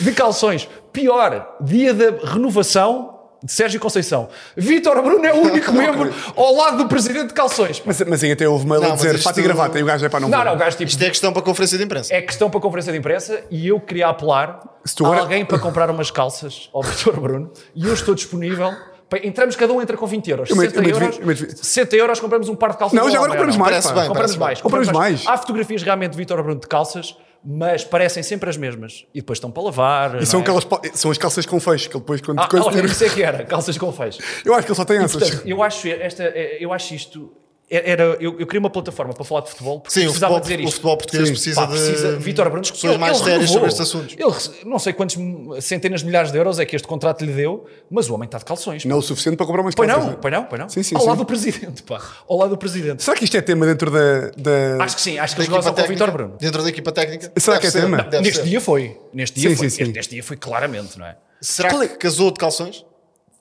A: de calções. Pior, dia da renovação de Sérgio Conceição. Vítor Bruno é o único membro ao lado do presidente de calções.
C: Mas, mas aí até houve mail
B: Não,
C: a
B: mas
C: dizer
B: isto-
C: fato e gravata e o gajo é para não,
A: Não,
C: vou.
A: não, o gajo tipo,
B: Isto é questão para a conferência de imprensa.
A: é questão para a conferência de imprensa e eu queria apelar
C: Se tu
A: a
C: agora-
A: alguém para comprar umas calças ao Dr. Bruno e eu estou disponível. para- Entramos, cada um entra com 20 euros.
C: Eu meto-
A: 60,
C: eu meto
A: euros
C: 20, eu meto 20.
A: 60 euros, compramos um par de calças.
C: Não,
A: do
C: já agora
A: homem, ou
C: compramos
A: não?
C: mais.
B: Parece
C: pá.
B: bem,
A: Compramos
B: parece
A: mais.
C: Compramos mais.
A: Há fotografias realmente de Vítor Bruno de calças, mas parecem sempre as mesmas. E depois estão para lavar.
C: E são,
A: não é?
C: aquelas, pa- são as calças com fecho, que ele depois quando
A: Ah,
C: coisa-
A: olha, isso é que era, calças com fecho.
C: Eu acho que ele só tem essas.
A: Portanto, eu acho, esta, é, eu acho isto. é, Era, eu, eu queria uma plataforma para falar de futebol porque
B: Sim, o
A: precisava
B: futebol,
A: dizer
B: o
A: isto.
B: futebol português
C: Sim.
B: precisa,
A: Pá, precisa
B: de
A: Vitor Bruno
B: discussões
A: ele-
B: mais
A: é ele
B: sérias
A: renovou.
B: sobre estes assuntos.
A: Ele rece- não sei quantos m- centenas de milhares de euros é que este contrato lhe deu, mas o homem está de calções.
C: Não o suficiente para comprar umas
A: Pois
C: calças.
A: não, pois não, pois não.
C: Sim, sim,
A: Ao
C: sim.
A: lado do presidente, pá. Ao lado do presidente.
C: Será que isto é tema dentro da. da-
A: Acho que sim, acho que
B: Da
A: eles gozam
B: equipa
A: com o
B: técnica,
A: Vitor Bruno.
B: Dentro da equipa técnica.
C: Será
B: Deve
C: que é
B: ser,
C: tema?
B: deve
A: Neste
B: ser.
A: dia foi. Neste dia
C: Sim,
A: foi.
C: sim, sim.
A: Este, este dia foi claramente, não é?
B: Será que casou de calções?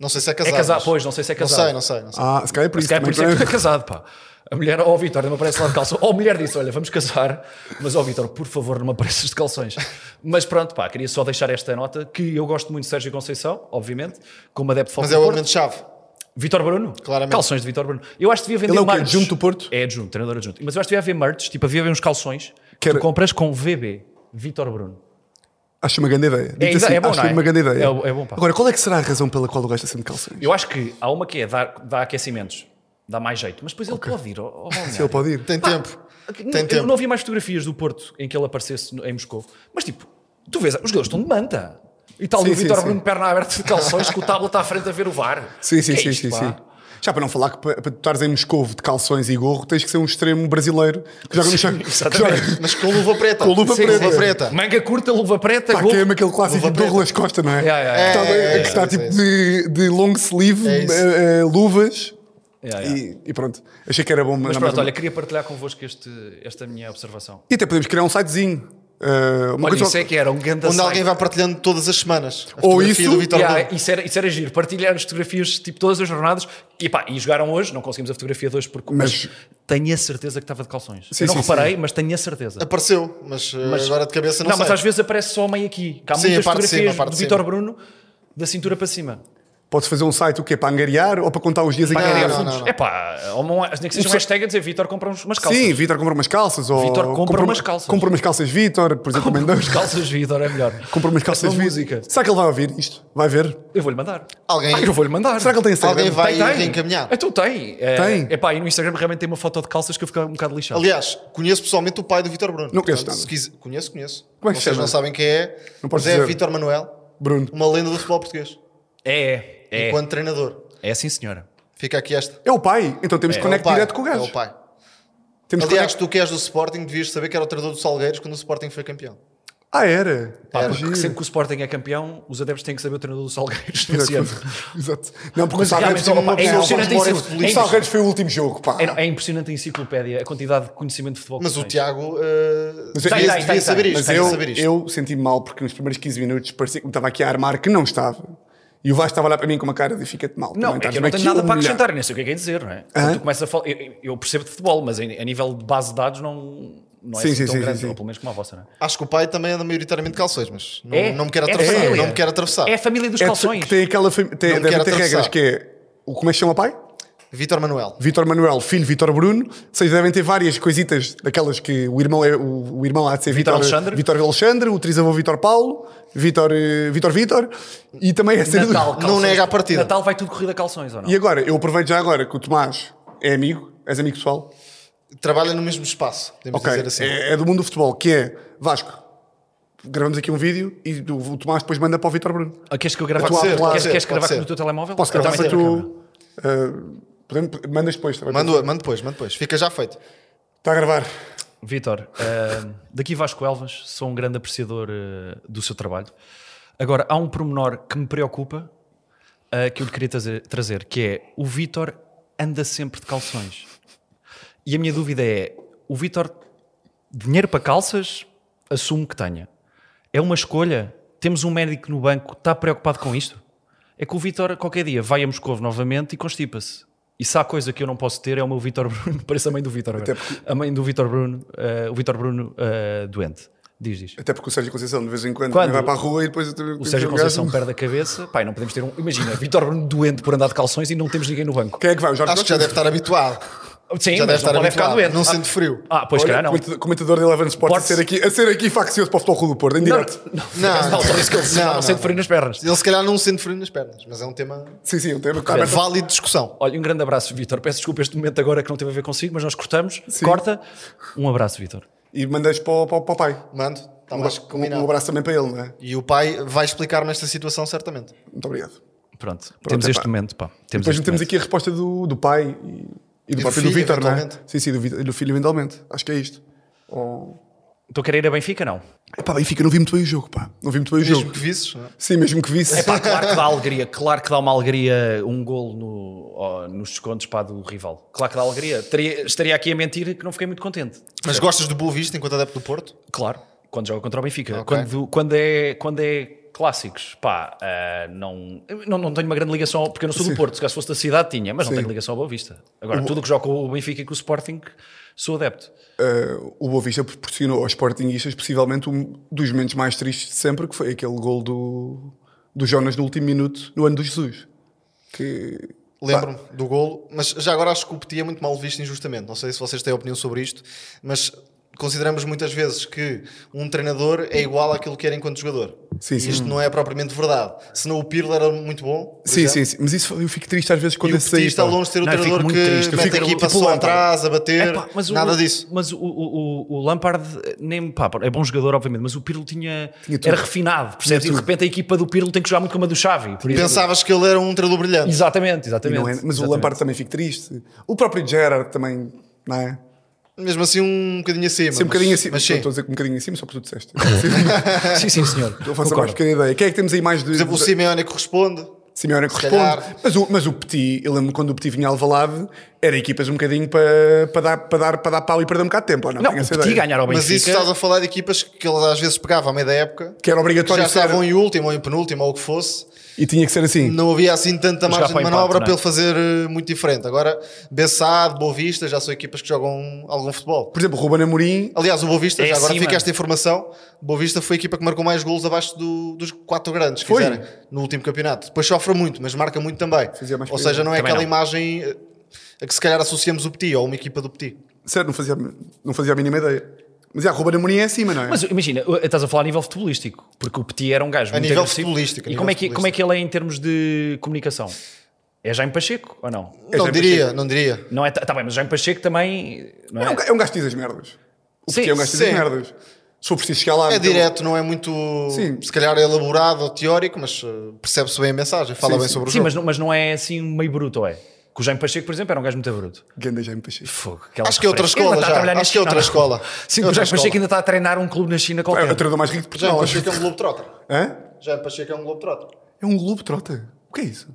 B: Não sei se é
A: É
B: casado.
A: casado,
B: mas-
A: pois, não sei se é
B: Não
A: casado.
B: sei, não sei. não sei.
C: Ah, se calhar é por
A: Se
C: isso.
A: calhar por
C: também,
A: isso é que
C: não é?
A: está casado, pá. A mulher, ó Vitor, não me aparece lá de calções. Ou a mulher disse, olha, vamos casar, mas ó Vitor, por favor, não me apareças de calções. Mas pronto, pá, queria só deixar esta nota, que eu gosto muito de Sérgio Conceição, obviamente, como adepto de
B: Mas
A: Futebol
B: é o
A: Clube do Porto.
B: elemento-chave.
A: Vitor Bruno?
B: Claramente.
A: Calções de Vitor Bruno. Eu acho que devia vender
C: Ele é o quê?
A: merch.
C: Adjunto do Porto?
A: É adjunto, treinador adjunto. Mas eu acho que devia haver merch, tipo, havia haver uns calções que
C: Quero-
A: tu compras com VB, Vitor Bruno.
C: Acho uma grande ideia. Digo-te
A: ideia-
C: assim,
A: é bom,
C: acho
A: não é?
C: uma grande ideia.
A: É bo- é bom, pá.
C: Agora, qual é que será a razão pela qual o gajo está sendo calças?
A: Eu acho que há uma que é dar, dá aquecimentos, dá mais jeito, mas depois ele pode ir. ó- ó
C: Se ele
A: balneário.
C: pode ir.
B: Tem tempo.
A: Não-
B: Tem
A: eu
B: tempo.
A: não havia mais fotografias do Porto em que ele aparecesse no- em Moscou. Mas tipo, tu vês, os jogadores estão de manta. E tal, o
C: Sim, sim,
A: Vitor
C: sim.
A: Bruno, perna aberta de calções, com o tábua está à frente a ver o VAR.
C: Sim, sim,
A: Que é
C: sim,
A: isto,
C: sim,
A: pá?
C: sim. Já para não falar que pa- para, tu estares em Moscovo de calções e gorro, tens que ser um extremo brasileiro que joga no chão. que
A: exatamente.
C: joga-
B: Mas com luva preta.
C: Com luva
B: Sim,
C: preta.
B: luva preta.
A: Manga curta, luva preta,
C: Pá,
A: gol.
C: que é aquele clássico
B: Luva
C: de Douglas Costa, não é?
A: Yeah, yeah, yeah.
C: Que está,
B: É, é, é,
C: que está
B: é,
C: tipo
B: é isso.
C: de, de long sleeve,
B: É isso.
C: eh, eh, luvas
A: Yeah, yeah.
C: E, e pronto. Achei que era bom.
A: Mas
C: mandar mais
A: pronto,
C: uma.
A: olha, queria partilhar convosco este- esta minha observação.
C: E até podemos criar um sitezinho. eh,
A: Olha,
C: uma coisa-
A: isso é que era um grande
B: Onde
A: assaio.
B: alguém vai partilhando todas as semanas. a
C: Ou
B: fotografia
C: isso,
B: do Vítor
A: Yeah,
B: Bruno.
A: isso, era, isso era giro, partilhar as fotografias tipo todas as jornadas e pá, e jogaram hoje, não conseguimos a fotografia de hoje porque mas,
C: Mas-
A: tenho a certeza que estava de calções.
C: Sim,
A: Eu não
C: sim,
A: reparei, mas tenho a certeza.
B: Apareceu, mas, eh,
A: é- Mas-
B: agora de cabeça não,
A: Não,
B: sei.
A: mas às vezes aparece só a mãe aqui. Que há
B: Sim,
A: muitas
B: a parte de cima,
A: fotografias
B: a parte
A: do
B: de
A: Vitor
B: cima.
A: Bruno da cintura para cima.
C: Podes fazer um site o quê? Para angariar ou para contar os dias em que
B: Para
A: Para
B: não,
A: ganhar
B: não,
A: fundos.
B: não.
A: É pá, ou não é- nem que seja um
C: Sim.
A: hashtag a dizer Vitor compra uns- umas calças.
C: Sim, Vitor compra umas calças. Ou
A: Vitor compra umas calças.
C: Compra umas calças, Vitor. Por exemplo, também
A: umas calças Vitor, é melhor.
C: Compra umas calças
A: Uma
C: Vitor.
A: música.
C: Será que ele vai ouvir isto? Vai ver?
A: Eu vou-lhe mandar.
B: Alguém-
A: Ah, eu vou-lhe mandar.
C: Será que ele tem Instagram?
B: Alguém vai
A: Tem, tem.
B: reencaminhar.
A: Então tem. É,
C: Tem.
A: É pá, e no Instagram realmente tem uma foto de calças que eu fico um bocado lixado.
B: Aliás, conheço pessoalmente o pai do Vitor Bruno.
C: Não conheço
B: Portanto,
C: nada.
B: se quiser- Conheço, conheço.
C: Como é que
B: Vocês
C: chama?
B: não sabem quem é.
C: Não podes
B: José
C: dizer.
B: Vitor Manuel,
C: Bruno.
B: uma lenda do futebol português.
A: É, é. É,
B: Enquanto treinador.
A: é sim, senhora.
B: Fica aqui esta.
C: É o pai, então temos
B: É
C: connect
B: pai,
C: direto com o
B: É
C: gajo.
B: o pai.
C: temos
B: Aliás,
C: connect-
B: tu que és do Sporting, devias saber que era o treinador do Salgueiros quando o Sporting foi campeão.
C: Ah, era.
A: Pá,
C: Era.
A: porque
C: Giro.
A: sempre que o Sporting é campeão, os adeptos têm que saber o treinador do Salgueiros
B: é
A: nesse ano.
C: Exato. Não, porque
A: Mas
C: o
A: realmente,
C: Salgueiros teve
A: opa,
C: uma
A: é
C: opção,
A: impressionante
C: vamos
A: isso.
C: embora,
A: É
C: O Salgueiros foi o último jogo, pá.
A: É, é impressionante a enciclopédia, a quantidade de conhecimento de futebol
B: Mas
A: que
B: o
A: tens.
B: Tiago uh,
C: eu-
B: devia,
A: Tem, tem,
B: devia
A: tem,
B: saber
A: tem.
B: isto.
C: Mas
B: devia
C: eu,
B: saber isto.
C: eu senti-me mal porque nos primeiros 15 minutos parecia que me estava aqui a armar que não estava. E o Vasco estava a olhar para mim com uma cara de fica-te mal.
A: Não,
C: também
A: é
C: estás
A: que eu não
C: bem
A: tenho
C: aqui,
A: nada para
C: humilhar."
A: acrescentar, nem sei o que é que é dizer, não é? Quando tu começas a falar, eu, eu percebo de futebol, mas em- a nível de base de dados não, não é
C: Sim,
A: assim
C: sim,
A: tão
C: sim,
A: grande,
C: sim, sim.
A: ou pelo menos como a vossa, não é?
B: Acho que o pai também anda maioritariamente de calções, mas não,
A: É,
B: não me quero
A: é
B: atravessar.
A: família.
B: não me quero atravessar.
A: É a família dos
C: É,
A: calções.
C: Tem aquela fam- tem,
B: Não
C: deve
B: quero
C: ter regras
B: atravessar.
C: que é o como é que se chama o pai?
B: Vítor Manuel.
C: Vítor Manuel, filho Vítor Bruno. Vocês devem ter várias coisitas daquelas que o irmão é o, o irmão há de ser
A: Vítor
C: Vítor
A: Alexandre.
C: Vítor Alexandre, o trisavô Vítor Paulo, Vítor eh, Vítor Vítor e também é ser
A: Natal,
B: Não
A: calções.
B: nega a partida.
A: Natal vai tudo corrida a calções, ou não?
C: E agora, eu aproveito já agora que o Tomás é amigo, és amigo pessoal.
B: Trabalha no mesmo espaço, podemos
C: Ok,
B: dizer assim.
C: é, é do mundo do futebol, que é Vasco. Gravamos aqui um vídeo e o, o Tomás depois manda para o Vítor Bruno.
A: Ah, Queres que eu grave?
B: Pode
A: Queres,
B: ser, pode
A: queres,
B: ser,
A: queres
B: pode
A: gravar
B: ser.
A: no teu telemóvel?
C: Posso
A: Eu
C: gravar
A: também
C: para
A: tenho.
C: tu. ah, podemos- mandas depois também.
B: Manda, manda depois, manda depois. Fica já feito.
C: Está a gravar.
A: Vitor, eh, daqui Vasco Elvas, sou um grande apreciador eh, do seu trabalho. Agora, há um pormenor que me preocupa eh, que eu lhe queria trazer, trazer, que é o Vitor anda sempre de calções. E a minha dúvida é: o Vitor, dinheiro para calças, assumo que tenha. É uma escolha? Temos um médico no banco, está preocupado com isto? É que o Vitor, qualquer dia, vai a Moscovo novamente e constipa-se. E se há coisa que eu não posso ter é o meu Vitor Bruno, parece a mãe do Vitor. agora. A mãe do Vitor Bruno, eh, o Vitor Bruno eh, doente. Diz, diz.
C: Até porque o Sérgio Conceição de vez em quando,
A: Quando?
C: vai para a rua e depois...
A: O Sérgio Conceição perde a cabeça. Pai, não podemos ter um. Imagina, Vitor Bruno doente por andar de calções e não temos ninguém no banco.
C: Quem é que vai? O Jorge
B: Acho que já deve estar habituado.
A: Sim,
B: já deve
A: mas
B: estar
A: não pode ficar
B: habituado.
A: doente.
B: Não
A: Ah,
B: sente frio.
A: Ah, pois calhar não.
C: Comentador, comentador de Eleven Sports a
A: Pode-
C: ser, aqui, a ser aqui faccioso para o Futebol Clube do Porto, em
A: Não,
C: direto.
A: não,
B: Não,
A: ah, não, não,
B: não.
A: por isso que ele disse,
B: Não,
A: não, não
B: não,
A: sente frio
B: não.
A: nas pernas.
B: Ele se calhar não sente frio nas pernas, mas é um tema
C: Sim, sim, um
A: Ah,
C: tema que está aberto.
B: válido de discussão.
A: Olha, um grande abraço, Vitor. Peço desculpa este momento agora que não teve a ver consigo, mas nós cortamos. Corta. Um abraço, Vitor.
C: E mandas para, o- para, o- para o pai.
A: Tá
B: Mando, está
C: Um,
B: mais que
C: abra- um,
B: combinado.
C: um abraço também para ele, não é?
B: E o pai vai explicar-me esta situação certamente.
C: Muito obrigado.
A: Pronto, temos
C: epá.
A: este momento, pá. Temos
C: Depois
A: este
C: temos
A: momento.
C: aqui a resposta do, do pai e, e do
B: do
C: próprio do
B: filho,
C: Vitor, não é?
B: eventualmente. Oh.
C: Sim, sim, do, Vítor- e do filho eventualmente. Acho que é isto. Ou...
A: Estou a querer ir a Benfica, não?
C: Epá, Benfica, não vi muito bem o jogo, pá. Não vi muito bem o
B: Mesmo
C: jogo.
B: que visses, não é?
C: Sim, mesmo que visse.
A: Pá, claro que dá alegria, claro que dá uma alegria um golo no- ó, nos descontos pá, do rival. Claro que dá alegria. Teria- estaria aqui a mentir que não fiquei muito contente.
B: mas gostas do Boa Vista enquanto adepto do Porto?
A: Claro, quando joga contra o Benfica.
B: Ok.
A: Quando, quando é, quando é clássicos, pá, ah, não, não, não tenho uma grande ligação, ao- porque eu não sou do Porto, se calhar se fosse da cidade tinha, mas não tenho ligação ao Boa Vista. Agora, tudo que joga com o Benfica e com o Sporting, sou adepto.
C: Uh, o Boa Vista proporcionou aos Sportingistas possivelmente um dos momentos mais tristes de sempre, que foi aquele gol do, do Jonas no último minuto, no ano do Jesus. Que...
B: Lembro-me do golo, mas já agora acho que o Petit é muito mal visto injustamente. Não sei se vocês têm opinião sobre isto, mas consideramos muitas vezes que um treinador é igual àquilo que era enquanto jogador.
C: Sim,
B: e
C: sim.
B: isto não é propriamente verdade. Senão o Pirlo era muito bom. por
C: Sim,
B: exemplo,
C: sim, sim, mas isso eu fico triste às vezes
B: E
C: quando
B: o
C: esse aí,
B: Petit está
C: pá.
B: longe de ser o
A: Não, eu fico
B: treinador
A: muito triste,
B: que
A: eu
B: mete
A: fico
B: a
A: tipo
B: equipa só
A: Lampard.
B: atrás, a bater.
A: Epá, mas o-
B: nada disso.
A: Mas o, o, o- o Lampard nem, pá, é bom jogador, obviamente, mas o Pirlo tinha,
C: Tinha tudo.
A: era refinado, percebes? E de
C: tudo.
A: repente a equipa do Pirlo tem que jogar muito como a do Xavi. por isso-
B: Pensavas que ele era um treinador brilhante.
A: Exatamente,
C: E
A: exatamente.
C: não é- mas o
A: exatamente.
C: Lampard também fica triste. O próprio Gerrard também, não é?
B: Mesmo assim, um bocadinho acima.
C: Sempre um bocadinho
B: mas-
C: acima.
B: Mas
C: Estou
B: sim.
C: estou a dizer que um bocadinho acima, só porque tu disseste. Sim,
A: Sim, sim, senhor.
C: Não faço a mais
A: Concordo.
C: pequena ideia. Quem é que temos aí mais de.
B: Por exemplo, o
C: de-
B: Simeone é corresponde.
C: Simeone que
B: se
C: responde.
B: calhar.
C: Mas o, mas o Petit, eu lembro quando o Petit vinha ao Alvalade, era equipas um bocadinho para, para, dar, para, dar, para dar pau e perder um bocado de tempo. ou Não,
A: Não,
C: Tenho
A: o
C: essa
A: Petit
C: ideia.
A: ganhar ao Benfica.
B: Mas isso estás a falar de equipas que ele às vezes pegava à meia da época.
C: Que era obrigatório
B: já
C: ser-
B: estavam em último ou em penúltimo ou o que fosse.
C: E tinha que ser assim.
B: Não havia assim tanta
A: Jogar
B: margem
A: para o
B: de
A: empate,
B: manobra
A: não é?
B: para ele fazer eh, muito diferente. Agora, Bessade, Boa Vista, já são equipas que jogam algum futebol.
C: Por exemplo, o Ruben Amorim,
B: Aliás, o Boa Vista,
A: É
B: já agora
A: acima.
B: fica esta informação, o Boa Vista foi a equipa que marcou mais golos abaixo do- dos quatro grandes, se
C: Foi?
B: quiserem, no último campeonato. Depois sofre muito, mas marca muito também.
C: Fazia mais
B: Ou
C: perigo.
B: seja, não é
A: Também
B: aquela
A: não.
B: imagem eh, a que se calhar associamos o Petit ou uma equipa do Petit.
C: sério, não fazia, não fazia a mínima ideia. Mas já, o Ruben Amorim é acima, não é?
A: Mas imagina, estás a falar a nível futebolístico, porque o Petit era um gajo
B: A
A: muito
B: nível
A: agressivo.
B: futebolístico,
A: E
B: a nível
A: como é, que, como é que ele é em termos de comunicação? É Jaime Pacheco ou não?
B: Não
C: já
B: diria, não diria.
A: Não é, tá bem, mas o Jaime Pacheco também. Não
C: é,
A: é?
C: um, é um gajo que diz as merdas. O
A: Sim,
C: Petit é um gajo que diz as
B: sim.
C: merdas. Se for preciso chegar lá.
B: É
C: então-
B: direto, não é muito,
C: Sim.
B: se calhar, é elaborado ou teórico, mas eh, percebe-se bem a mensagem, fala
C: Sim,
B: bem
C: sim.
B: sobre o
A: Sim,
B: jogo.
A: mas, não- mas não é assim meio bruto, ou é? Que o Jaime Pacheco, por exemplo, era um gajo muito bruto.
C: Ganda Jaime Pacheco.
A: Fogo, aquela
B: Acho que é outra
A: referência. Ele
B: escola
A: ainda está a
B: já.
A: trabalhar na
B: Acho que é
A: China,
B: outra
A: não?
B: escola.
A: Sim,
B: É
A: o
B: outra
A: Jaime Pacheco
B: escola.
A: ainda está a treinar um clube na China
C: É o
A: qualquer.
C: treinador mais rico de
B: Já,
C: Portugal.
B: o
C: acho.
B: Pacheco é um globetrotter.
C: Hã?
B: Já, o Pacheco é um globetrotter.
C: É um globo trota. O que é isso?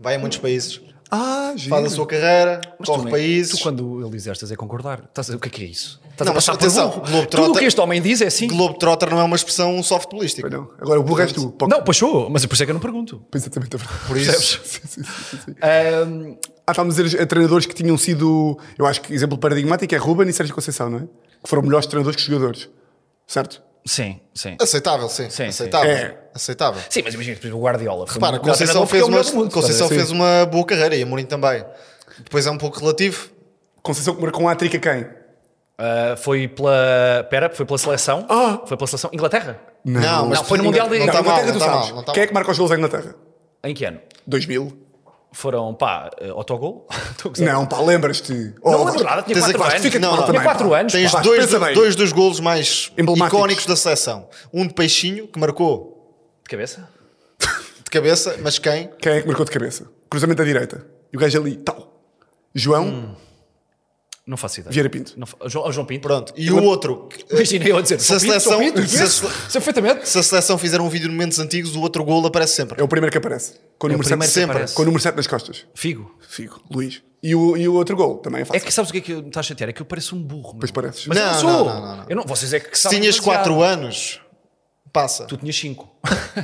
B: Vai a muitos países.
C: Ah, giro.
B: Faz a sua carreira,
A: Mas tu,
B: corre
A: nem-
B: países.
A: tu, quando ele diz estas, é concordar. Estás a- o que é que é isso? Estás
B: Não,
A: a
B: mas
A: passar por
B: atenção,
A: burro.
B: Globetrotter-
A: Tudo o que este homem diz é assim.
B: Globetrotter não é uma expressão softbolística.
C: Pois não. Agora o burro és tu. Pô,
A: Não, passou, mas por isso é que eu não pergunto.
C: Pensa também a é verdade.
B: Por isso,
C: Sim, sim, sim, sim.
A: Ahm,
C: Ah, estávamos a dizer eh, treinadores que tinham sido, eu acho que exemplo paradigmático é Ruben e Sérgio Conceição, não é? Que foram melhores treinadores que jogadores. Certo?
A: sim, sim.
B: aceitável, sim.
A: Sim,
B: aceitável.
C: sim. É.
B: Aceitável.
A: Sim, mas imagina que por exemplo, o Guardiola. foi
B: Repara,
A: o melhor treinador
B: Conceição,
A: porque
B: fez
A: é o
B: uma,
A: melhor do mundo.
B: Conceição
A: Sim.
B: fez uma boa carreira e a Mourinho também. Depois é um pouco relativo.
C: Conceição que marcou um hat-trick a quem?
A: Ah, foi pela. Pera, foi pela seleção.
C: Ah!
A: Foi pela seleção. Inglaterra?
B: Não, mas
A: não, foi no Mundial de- Não,
B: Não está mal,
C: Inglaterra
B: não
C: tu
B: está
C: sabes.
B: mal. Não está
C: Quem é
B: mal.
C: que marca os gols da Inglaterra?
A: Em que ano?
C: 2000?
A: Foram, pá, eh, autogol? Estou a gozar.
C: Não, pá, lembras-te. Oh,
A: Não lembro nada, tinha
B: tens
A: 4
B: aqui-
A: anos.
B: fica-te mal
A: tinha
B: também,
A: 4
C: pá.
A: anos.
B: Tens
A: pá.
C: Pá,
B: dois,
C: pensa bem.
B: dois dos golos mais
C: Emblemáticos.
B: icónicos da seleção. Um de Peixinho, que marcou
A: De cabeça?
B: de cabeça, mas quem?
C: Quem é que marcou de cabeça? Cruzamento à direita. E o gajo ali, tal. João
B: Hum.
A: Não faço ideia.
C: Vieira Pinto.
A: Não fa- João, João Pinto.
B: Pronto. E o outro. que-
A: Imagina eu a dizer.
B: Se
A: João
B: a
A: Pinto,
B: seleção-
A: João Pinto,
B: se a
A: conheço,
B: sele-
A: sei perfeitamente.
B: Se a seleção fizer um vídeo de momentos antigos, o outro gol aparece sempre.
C: É o primeiro que aparece. Com o
B: É
C: número,
A: primeiro que
C: sete-
A: aparece.
C: com o número 7 nas costas.
A: Figo.
C: Figo, Luís. E o, e o outro gol também é
A: É
C: fácil.
A: que sabes o que é que eu- me está a chatear? É que eu pareço um burro.
C: Pois pareces.
A: Mas não, eu não
B: Não,
A: sou.
B: não, não, não, não.
A: Eu não, vocês é que
B: Se
A: sabem.
B: tinhas
A: demasiado.
B: 4 anos, passa.
A: Tu tinhas 5.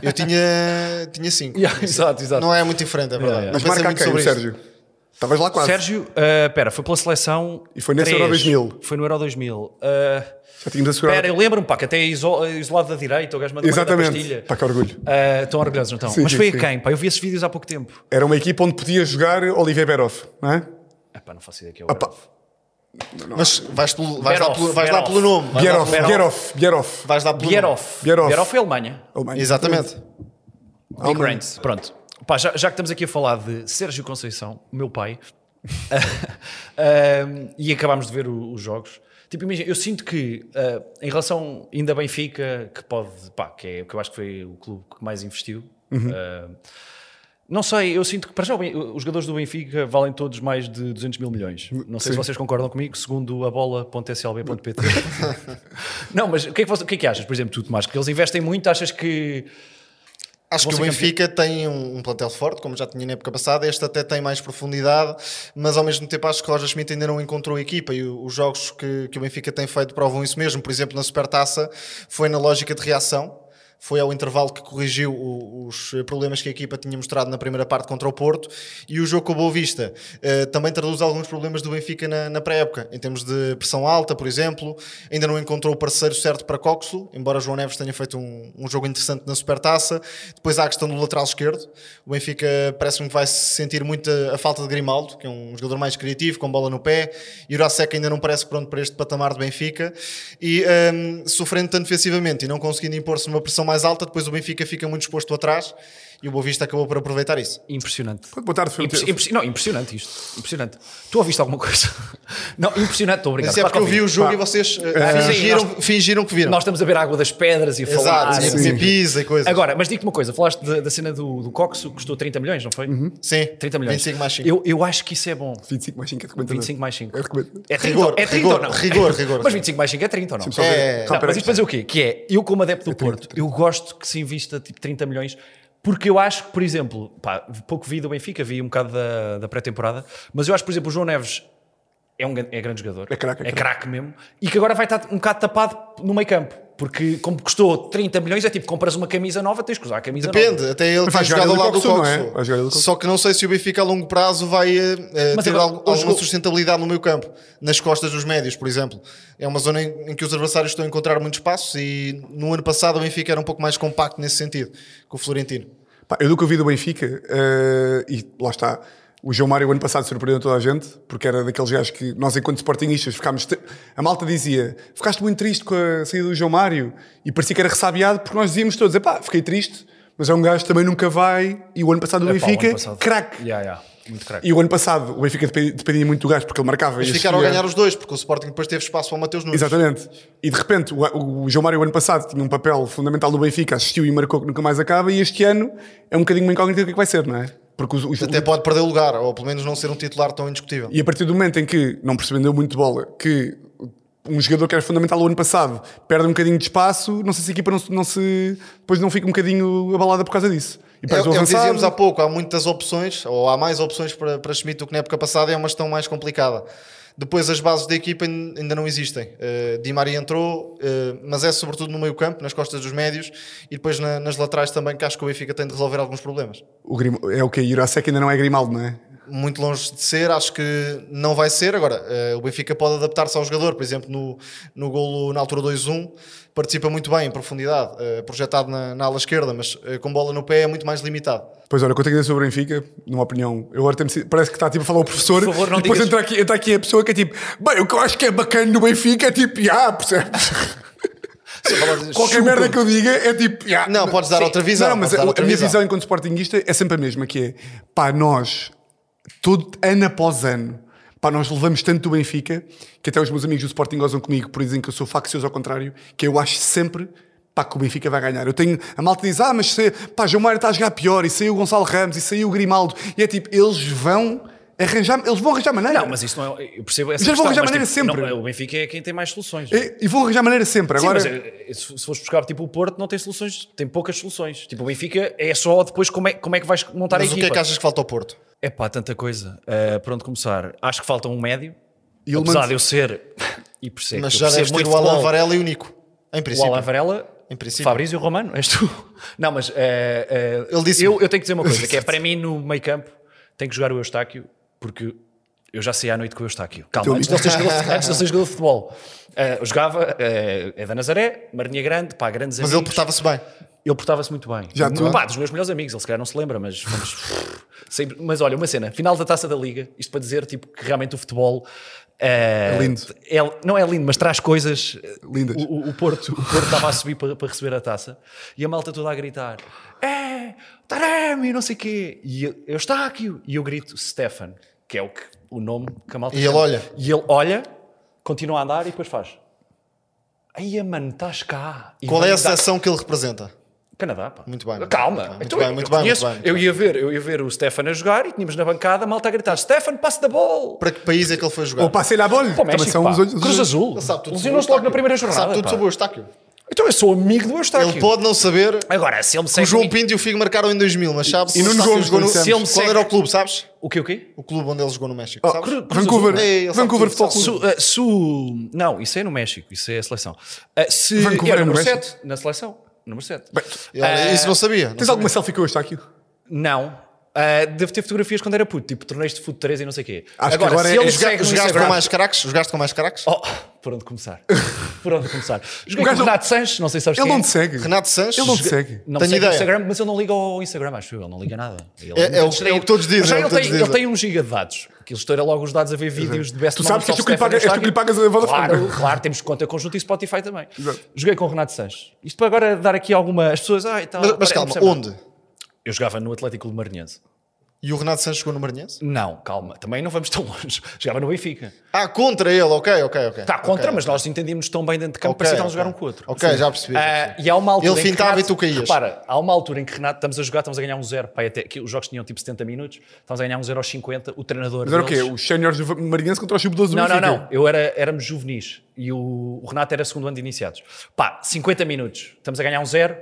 B: Eu tinha 5. Tinha cinco.
A: Yeah, exato, exato.
B: Não é muito diferente, é verdade.
A: yeah.
C: Mas
B: Pensei
C: marca a
B: muito
C: quem,
B: sobre
C: o
B: isto.
C: Sérgio? Estavas lá quase.
A: Sérgio, ah, pera, foi pela seleção.
C: E foi nesse
A: três.
C: Euro 2000.
A: Foi no Euro 2000. Ah,
C: Já tínhamos assegurado.
A: pera, eu lembro-me, pá, que até é iso- isolado da direita, o gajo mandou uma grande pastilha.
C: Exatamente. Pá, que orgulho.
A: Ah, estão orgulhosos, não estão?
C: Sim,
A: Mas
C: sim,
A: foi a
C: sim.
A: quem? Pá, eu vi esses vídeos há pouco tempo.
C: Era uma equipa onde podia jogar Olivier Beroff, não é?
A: Epá, não faço ideia que é o
C: Opa.
A: Euro.
B: Mas vais, pelo- vais, lá,
A: Berhoff,
B: pelo, vais lá
A: Berhoff.
B: pelo nome. Vais lá
C: Bierhoff,
B: pelo-
C: Bierhoff, Bierhoff.
B: Vais lá pelo
A: Bierhoff.
C: Bierhoff.
A: Bierhoff é Alemanha.
C: Alemanha.
B: nome. Exatamente.
A: Big Brains. Pronto. Pá, já, já que estamos aqui a falar de Sérgio Conceição, meu pai, um, e acabámos de ver o- os jogos. Tipo, imagina, eu sinto que uh, em relação ainda a Benfica, que pode, pá, que, é, que eu acho que foi o clube que mais investiu. uh, não sei, eu sinto que para já o Ben- os jogadores do Benfica valem todos mais de 200 mil milhões. Não sei se vocês concordam comigo, segundo a bola.slb.pt. não, mas o que, é que, você- o que é que achas, por exemplo, tu, Tomás, que eles investem muito? Achas que
B: Acho
A: Vão
B: que o
A: ser
B: Benfica tem um, um plantel forte, como já tinha na época passada. Este até tem mais profundidade, mas ao mesmo tempo acho que Roger Schmidt ainda não encontrou a equipa e o- os jogos que, que o Benfica tem feito provam isso mesmo. Por exemplo, na Supertaça foi na lógica de reação. Foi ao intervalo que corrigiu o- os problemas que a equipa tinha mostrado na primeira parte contra o Porto e o jogo com o Boa Vista eh, também traduz alguns problemas do Benfica na, na pré-época, em termos de pressão alta, por exemplo. Ainda não encontrou o parceiro certo para Coxo, embora João Neves tenha feito um, um jogo interessante na Supertaça. Depois há a questão do lateral esquerdo. O Benfica parece-me que vai sentir muito a, a falta de Grimaldo, que é um jogador mais criativo, com bola no pé. E Jurasek ainda não parece pronto para este patamar de Benfica. E hum, sofrendo tanto defensivamente e não conseguindo impor-se numa pressão mais alta, depois o Benfica fica muito exposto atrás e o Boa Vista acabou por aproveitar isso.
A: impressionante?
C: Boa tarde, Filipe.
A: Impressi- impressi- não, impressionante isto. Impressionante. Tu ouviste alguma coisa? Não, impressionante, estou obrigado.
B: Mas é porque eu vi o jogo
C: Pá.
B: e vocês eh,
A: Ah, sim,
B: fingiram,
A: nós-
B: fingiram que viram.
A: Nós estamos a ver a água das pedras e a falar.
B: Exato,
A: e-
B: sim.
C: sim.
B: pisa e coisas.
A: Agora, mas digo-te uma coisa: falaste da, da cena do, do Coxo, que custou 30 milhões, não foi?
B: sim,
A: 30 milhões.
B: 25 mais 5.
A: Eu, eu acho que isso é bom.
C: 25 mais 5 é recomendado.
A: 25 mais 5.
C: É recomendado.
A: É 30,
B: Rigor,
A: é 30 ou
B: rigor,
A: não?
B: rigor, rigor.
A: Mas 25 mais 5 é 30 ou não?
C: Só
B: É,
C: ver-
B: é,
C: só
A: Não,
C: espera
A: mas
C: aí.
A: isto para dizer o quê? Que é, eu como adepto do Porto, eu gosto que se invista tipo 30 milhões, porque eu acho que, por exemplo, pá, pouco vi do Benfica, vi um bocado da, da pré-temporada, mas eu acho, por exemplo, o João Neves é um gan- é grande jogador.
C: É craque, é
A: É craque mesmo. E que agora vai estar um bocado tapado no meio campo. Porque como custou 30 milhões, é tipo, compras uma camisa nova, tens que usar a camisa nova.
B: Depende, até ele
C: Mas
B: tem
C: vai jogar
B: jogado ao
C: ele
B: lado do
C: com o Coxo, não é?
B: Coxo.
C: Vai jogar ele com o Coxo.
B: Só que não sei se o Benfica a longo prazo vai eh, eh,
A: Mas
B: ter
A: agora,
B: al-
A: o
B: alguma
A: jogo-
B: sustentabilidade no meio campo, nas costas dos médios, por exemplo. É uma zona em, em que os adversários estão a encontrar muito espaço e no ano passado o Benfica era um pouco mais compacto nesse sentido, que o Florentino.
C: Pá, eu do que ouvi do Benfica, eh, e lá está, o João Mário o ano passado surpreendeu toda a gente, porque era daqueles gajos que nós, enquanto sportinguistas, ficámos. te- A malta dizia: ficaste muito triste com a saída do João Mário, e parecia que era ressabiado, porque nós dizíamos todos: pá, fiquei triste, mas é um gajo que também nunca vai. E o ano passado do
A: Epá, o ano
C: Benfica,
A: passado.
C: craque.
A: Yeah, yeah, muito craque.
C: E o ano passado o Benfica depen- dependia muito do gajo, porque ele marcava.
B: Mas
C: e
B: ficaram a
C: assistia.
B: ganhar os dois, porque o Sporting depois teve espaço para o Mateus Nunes.
C: Exatamente. E de repente, o, o João Mário, o ano passado, tinha um papel fundamental do Benfica, assistiu e marcou que nunca mais acaba, e este ano é um bocadinho uma incógnita do que é que vai ser, não é? Porque os, os-
B: Até pode perder o lugar, ou pelo menos não ser um titular tão indiscutível.
C: E a partir do momento em que não percebeu muito de bola, que um jogador que era fundamental o ano passado perde um bocadinho de espaço, não sei se a equipa não, se- não se. depois não fica um bocadinho abalada por causa disso.
B: É,
C: E
B: é
C: perdes
B: o
C: o
B: que
C: avançado.
B: dizíamos há pouco, há muitas opções, ou há mais opções para, para Schmidt do que na época passada, é uma gestão mais complicada. Depois as bases da equipa ain- ainda não existem. Eh, Di Maria entrou, eh, mas é sobretudo no meio campo, nas costas dos médios e depois na- nas laterais também, que acho que o Benfica tem de resolver alguns problemas.
C: O Grim- é o que? Jurasek ainda não é Grimaldo, não é?
B: muito longe de ser, acho que não vai ser. Agora, eh, o Benfica pode adaptar-se ao jogador, por exemplo, no, no golo na altura 2-1, participa muito bem em profundidade, eh, projetado na, na ala esquerda, mas eh, com bola no pé é muito mais limitado.
C: Pois olha, o que eu tenho a dizer sobre o Benfica, numa opinião, eu agora tenho, parece que está tipo, a falar o professor,
A: Por favor, não
C: e depois
A: digas-
C: entra aqui, entra aqui a pessoa que é tipo, bem, o que eu acho que é bacana no Benfica é tipo, ah, percebes? Qualquer
B: Chupa.
C: merda que eu diga é tipo, "Ya".
B: Não, podes dar outra visão,
C: Não, mas
B: podes dar
C: a,
B: outra
C: a minha
B: visão.
C: visão enquanto sportinguista é sempre a mesma, que é, pá, nós, todo, ano após ano, pá, nós levamos tanto do Benfica, que até os meus amigos do Sporting gozam comigo por dizem que eu sou faccioso ao contrário, que eu acho sempre, pá, que o Benfica vai ganhar. Eu tenho, a malta diz, ah, mas se, pá, João Mário está a jogar pior, e saiu o Gonçalo Ramos, e saiu o Grimaldo, e é tipo, eles vão arranjar, eles vão arranjar maneira.
A: Não, mas isso não é. Eu percebo essa
C: Mas eles
A: questão,
C: vão arranjar
A: mas,
C: maneira
A: tipo,
C: sempre.
A: não, o Benfica é quem tem mais soluções.
C: E, e vão arranjar maneira sempre.
A: Sim,
C: Agora,
A: mas eh, se se fores buscar tipo o Porto, não tem soluções, tem poucas soluções. Tipo, o Benfica é só depois como é, como é que vais montar
B: Mas
A: a
B: o que
A: equipa.
B: é que achas que falta ao Porto?
A: Epá, tanta coisa. Eh, por onde começar? Acho que falta um médio.
C: E ele
A: apesar
C: manda-
A: de eu ser. E percebo,
B: Mas
A: eu
B: já deves
A: percebo
B: ter
A: muito
B: o Alan
A: futebol.
B: Varela e o Nico, em
A: O
B: princípio.
A: Alan Varela.
B: Em princípio.
A: Fabrício Romano, és tu. Não, mas eh, eh,
B: Ele disse-me.
A: eu, eu tenho que dizer uma coisa: que é para mim no meio campo tem que jogar o Eustáquio, porque eu já saí à noite com o Eustáquio. Calma, antes de ele ser jogador, antes de ele ser jogador de futebol. Eh, eu jogava, eh, é da Nazaré, Marinha Grande, pá, grandes
B: Mas ele
A: amigos.
B: portava-se bem.
A: Ele portava-se muito bem.
C: Já tu?
A: Pá, dos meus melhores amigos, ele se calhar não se lembra, mas fomos- Sempre- Mas olha, uma cena, final da taça da liga, isto para dizer tipo, que realmente o futebol. É,
C: lindo.
A: é- não é lindo, mas traz coisas eh,
C: Lindas.
A: O, o- o Porto o Porto estava a subir para, para receber a taça e a malta toda a gritar: É, Taremi, não sei o quê. E eu, eu está aqui. E eu grito Stefan, que é o, que, o nome que a malta
B: E ele
A: chama.
B: olha.
A: E ele olha, continua a andar e depois faz: Ai, mano, estás cá. E
B: Qual é
A: vem
B: a
A: dar-
B: seleção que ele representa?
A: Canadá, pá.
B: Muito bem, muito
A: Calma.
B: bem, muito
A: Então,
B: bem,
A: eu
B: muito bem,
A: conheço-
B: muito bem, muito
A: eu ia ver, eu ia ver o Stefan a jogar e tínhamos na bancada a malta a gritar: Stefan, passe da bola!
B: Para que país é que ele foi jogar?
C: ou passei lá a bola.
A: Para o México, pá. Cruz Azul.
B: Ele sabe tudo sobre o
A: Lesionou-se logo
B: Eustáquio.
A: na primeira jornada.
B: Sabe tudo
A: pá.
B: sobre o Eustáquio.
A: Então eu sou amigo do Eustáquio.
B: Ele pode não saber
A: Agora, se ele me
B: que o
A: segue.
B: João Pinto e o Figo marcaram em 2000, mas sabe
C: E Nuno
B: Eustáquio
C: Gomes,
B: jogou no...
C: como dissemos.
A: Se ele me
B: Qual
A: segue-
B: era o clube, sabes?
A: O quê, o quê?
B: O clube onde ele jogou no México.
A: Oh,
B: sabes?
A: Cru- Cruz
C: Vancouver.
A: Azul.
B: Ei, ele sabe
C: Vancouver
B: tudo,
C: Futebol
B: sabe
C: Clube.
A: Su, uh, su- não, isso é no México, isso é a seleção. Uh, se
C: Vancouver
A: é
C: é no
A: número
C: México?
A: 7, na seleção, número 7.
B: E olha, Isso não sabia.
C: Tens alguma selfie que eu está aqui?
A: Não. Uh, devo ter fotografias quando era puto, tipo torneios de fute 3 e não sei o quê.
C: Acho que agora
A: se
C: é-
A: ele
C: é
A: me
C: jogar-
A: segue no
B: Jogaste com
A: Instagram-
B: mais craques? Jogaste com mais craques?
A: Oh, por onde começar? Por onde começar? Joguei
C: O
A: com o
C: gajo não-
A: Renato Sanches, não sei se sabes
C: Ele
A: quem
C: não
A: é.
C: te segue.
B: Renato Sanches?
C: Ele não te segue.
A: Não
B: Tenho
A: segue
B: ideia.
A: o Instagram, mas ele não liga ao Instagram, acho eu. Ele não liga nada. Ele
B: É- é o-
A: distraído.
B: é o que todos dizem,
A: Mas já
B: é o que
A: ele,
B: todos
A: tem,
B: dizem.
A: ele tem um giga de dados. Que ele estoura logo os dados a ver vídeos de best
C: Tu
A: moments
C: sabes que és
A: of
C: tu que lhe
A: Stefano
C: pagas- és tu que
A: Eustáquio.
C: lhe pagas a Vodafone.
A: Claro, claro, temos conta conjunta e Spotify também.
C: Exato.
A: Joguei com o Renato Sanches. Isto para agora dar aqui alguma. As pessoas. Ah, então,
B: Mas, mas
A: pare-
B: calma,
A: não percebo nada.
B: onde?
A: Eu jogava no Atlético de Marinhense.
B: E o Renato Sanches jogou no Maranhense?
A: Não, calma, também não vamos tão longe. Jogava no Benfica.
B: Ah, contra ele, ok, ok, ok.
A: Está Tá, contra,
B: Ok,
A: mas nós entendíamos tão bem dentro de campo,
B: ok,
A: parecia que
B: ok.
A: eles jogaram com o outro.
B: Ok, já percebi. já
A: Ah, e
B: percebi.
A: há uma altura.
B: Ele
A: em que
B: fintava
A: Renato-
B: e tu caías.
A: Repara, há uma altura em que Renato, estamos a jogar, estamos a ganhar um zero. Pai, até, que os jogos tinham tipo 70 minutos, estamos a ganhar um zero aos 50. O treinador.
C: Mas era o quê?
A: deles-
C: Os séniores do Marinense contra os sub-12 do
A: Não, não,
C: Benfica?
A: não. Eu era, éramos juvenis e o, o Renato era segundo ano de iniciados. Pá, 50 minutos, estamos a ganhar um zero.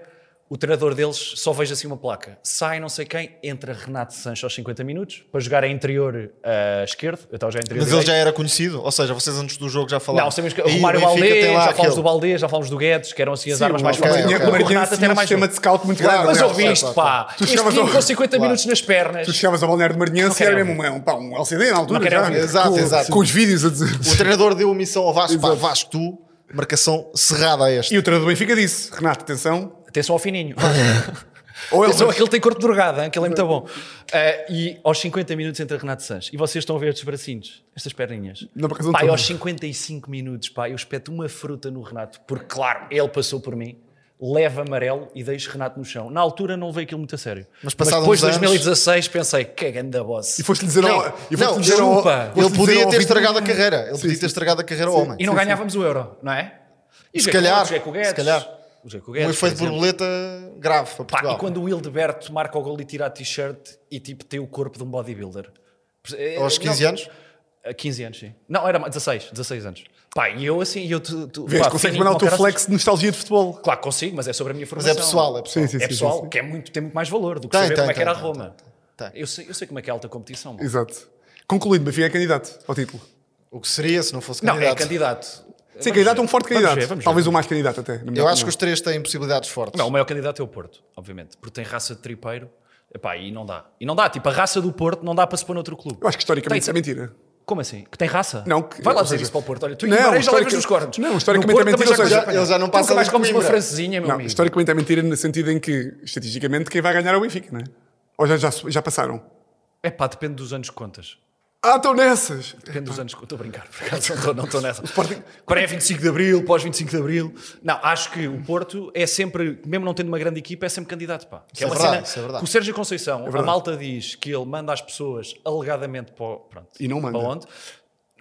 A: O treinador deles só vejo assim uma placa. Sai não sei quem, entra Renato Sancho aos 50 minutos para jogar a interior ah, esquerdo. Eu estava a jogar a interior
B: Mas ele
A: direito.
B: já era conhecido? Ou seja, vocês antes do jogo já falaram.
A: Não, sabemos que
B: Aí
A: o Mário
B: Benfica
A: Baldé,
B: tem
A: já
B: lá
A: falámos
B: aquele.
A: do Baldé, já falámos do Guedes, que eram assim as
C: Sim,
A: armas mais
C: o Marinense-
A: fáceis.
B: ok,
A: O
B: ok.
C: o Marinense
A: Renato até
C: tinha
A: era
C: um
A: mais
C: sistema
A: novo.
C: de scout muito
B: Claro,
C: grande.
A: Mas
C: aliás.
B: claro,
A: ouviste,
B: claro,
A: pá.
C: Tu
A: Este
C: chegavas
A: time
C: ao-
A: com 50 minutos nas pernas.
C: Tu chegavas ao balneário do Marinense e
A: quero
C: era mesmo um, um, pá, um LCD na altura.
A: quero
C: já,
A: ouvir.
B: Exato,
C: com,
B: exato.
C: Com os vídeos a dizer.
B: O treinador deu a missão ao Vasco, pá,
C: Exato.
B: Vasco, tu, marcação cerrada a este.
C: E o treinador do Benfica disse: Renato, atenção.
A: Atenção ao fininho.
C: Ou ele.
A: Atenção, aquele tem corpo de drogada, hein, aquele é muito bom. Ah, e aos 50 minutos entra Renato Sanches. E vocês estão a ver estes bracinhos, estas perninhas.
C: Não, por acaso não
A: pá, e
C: estou a
A: aos
C: ver.
A: 55 minutos, pá, eu espeto uma fruta no Renato, porque, claro, ele passou por mim. Leva amarelo e deixa Renato no chão. Na altura não levei aquilo muito a sério.
B: Mas passados
A: depois de
B: uns anos-
A: 2016 pensei, que ganda boss.
C: E foste lhe dizer
B: Não,
C: ao. e foste-lhe
B: não,
C: dizer ao-
A: chupa.
C: foste-lhe
B: Ele
C: dizer ao
B: podia ter
C: Vitor-
B: estragado a carreira. Ele
C: Sim,
B: podia ter
C: sim.
B: estragado a carreira ao homem.
A: E não ganhávamos o euro, não é? E
B: Se
A: joguei com o
B: calhar,
A: Guedes, joguei com o
B: se
A: Guedes.
B: calhar.
A: O Jaco
B: Um
A: Guedes,
B: efeito
A: por exemplo.
B: borboleta grave para
A: Pá,
B: Portugal.
A: e quando o Hildeberto marca o gol e tira a t-shirt e tipo tem o corpo de um bodybuilder. É,
B: Aos
A: não-
B: 15 anos?
A: A 15 anos, sim. Não, era mais- 16, 16 anos. Pá, e eu assim, e eu tu, tu,
C: Vês,
A: pá,
C: consegues
A: fininho
C: mandar o
A: como
C: teu
A: caraças.
C: flex de nostalgia de futebol.
A: Claro que consigo, mas é sobre a minha
B: Mas
A: formação.
B: é pessoal, é pessoal.
C: Sim, sim,
A: é
C: sim,
A: pessoal,
C: sim, sim.
A: que é muito, tem muito mais valor do que
B: Tem,
A: saber
B: tem,
A: como é que
B: tem,
A: era a
B: tem,
A: Roma.
B: tem, tem.
A: Eu, sei, eu sei como é que é alta competição. mal.
C: Exato. Concluído, Benfica é candidato ao título.
B: O que seria se não fosse
A: Não, é
B: candidato?
A: candidato.
C: Sim,
A: Vamos
C: candidato é
A: ver.
C: um forte
A: Vamos
C: candidato.
A: ver, vamos ver.
C: Talvez o mais candidato até. na minha
B: Eu acho que os
C: opinião.
B: três têm possibilidades fortes.
A: Não, o maior candidato é o Porto, obviamente, porque tem raça de tripeiro. Epá, e não dá. E não dá, tipo, a raça do Porto não dá para se pôr noutro clube.
C: Eu acho que historicamente isso é
A: Tem-
C: mentira.
A: Como assim? Que tem raça?
C: Não, que-
A: Vai lá
C: ou
A: dizer
C: seja-
A: isso para o Porto. Olha, tu
C: Não,
A: não, Guimarães já levas
C: historica-
A: nos cornos.
C: não, historicamente
A: No Porto
C: é
A: também
C: mentira, ou
A: já
C: seja,
A: comes-
B: ele já não
A: tu
B: passa
A: nunca mais
B: ali de
A: comes uma
B: Coimbra.
A: francesinha, meu
C: Não,
A: amigo.
C: historicamente é mentira no sentido em que, estatisticamente, quem vai ganhar é o Benfica, não é? Ou já, já, já passaram?
A: É pá, depende dos anos que contas.
C: Ah, estão nessas!
A: Depende dos anos que Estou a brincar, por acaso não estou- não estou nessa. Pré-25 de Abril, pós-25 de Abril. Não, acho que o Porto é sempre, mesmo não tendo uma grande equipa, é sempre candidato, pá. Que
B: Isso é
A: uma
B: verdade,
A: cena-
B: isso é
A: que
B: verdade.
A: O Sérgio Conceição, a
C: verdade.
A: malta diz que ele manda as pessoas alegadamente para, o- pronto,
C: E não manda.
A: para onde.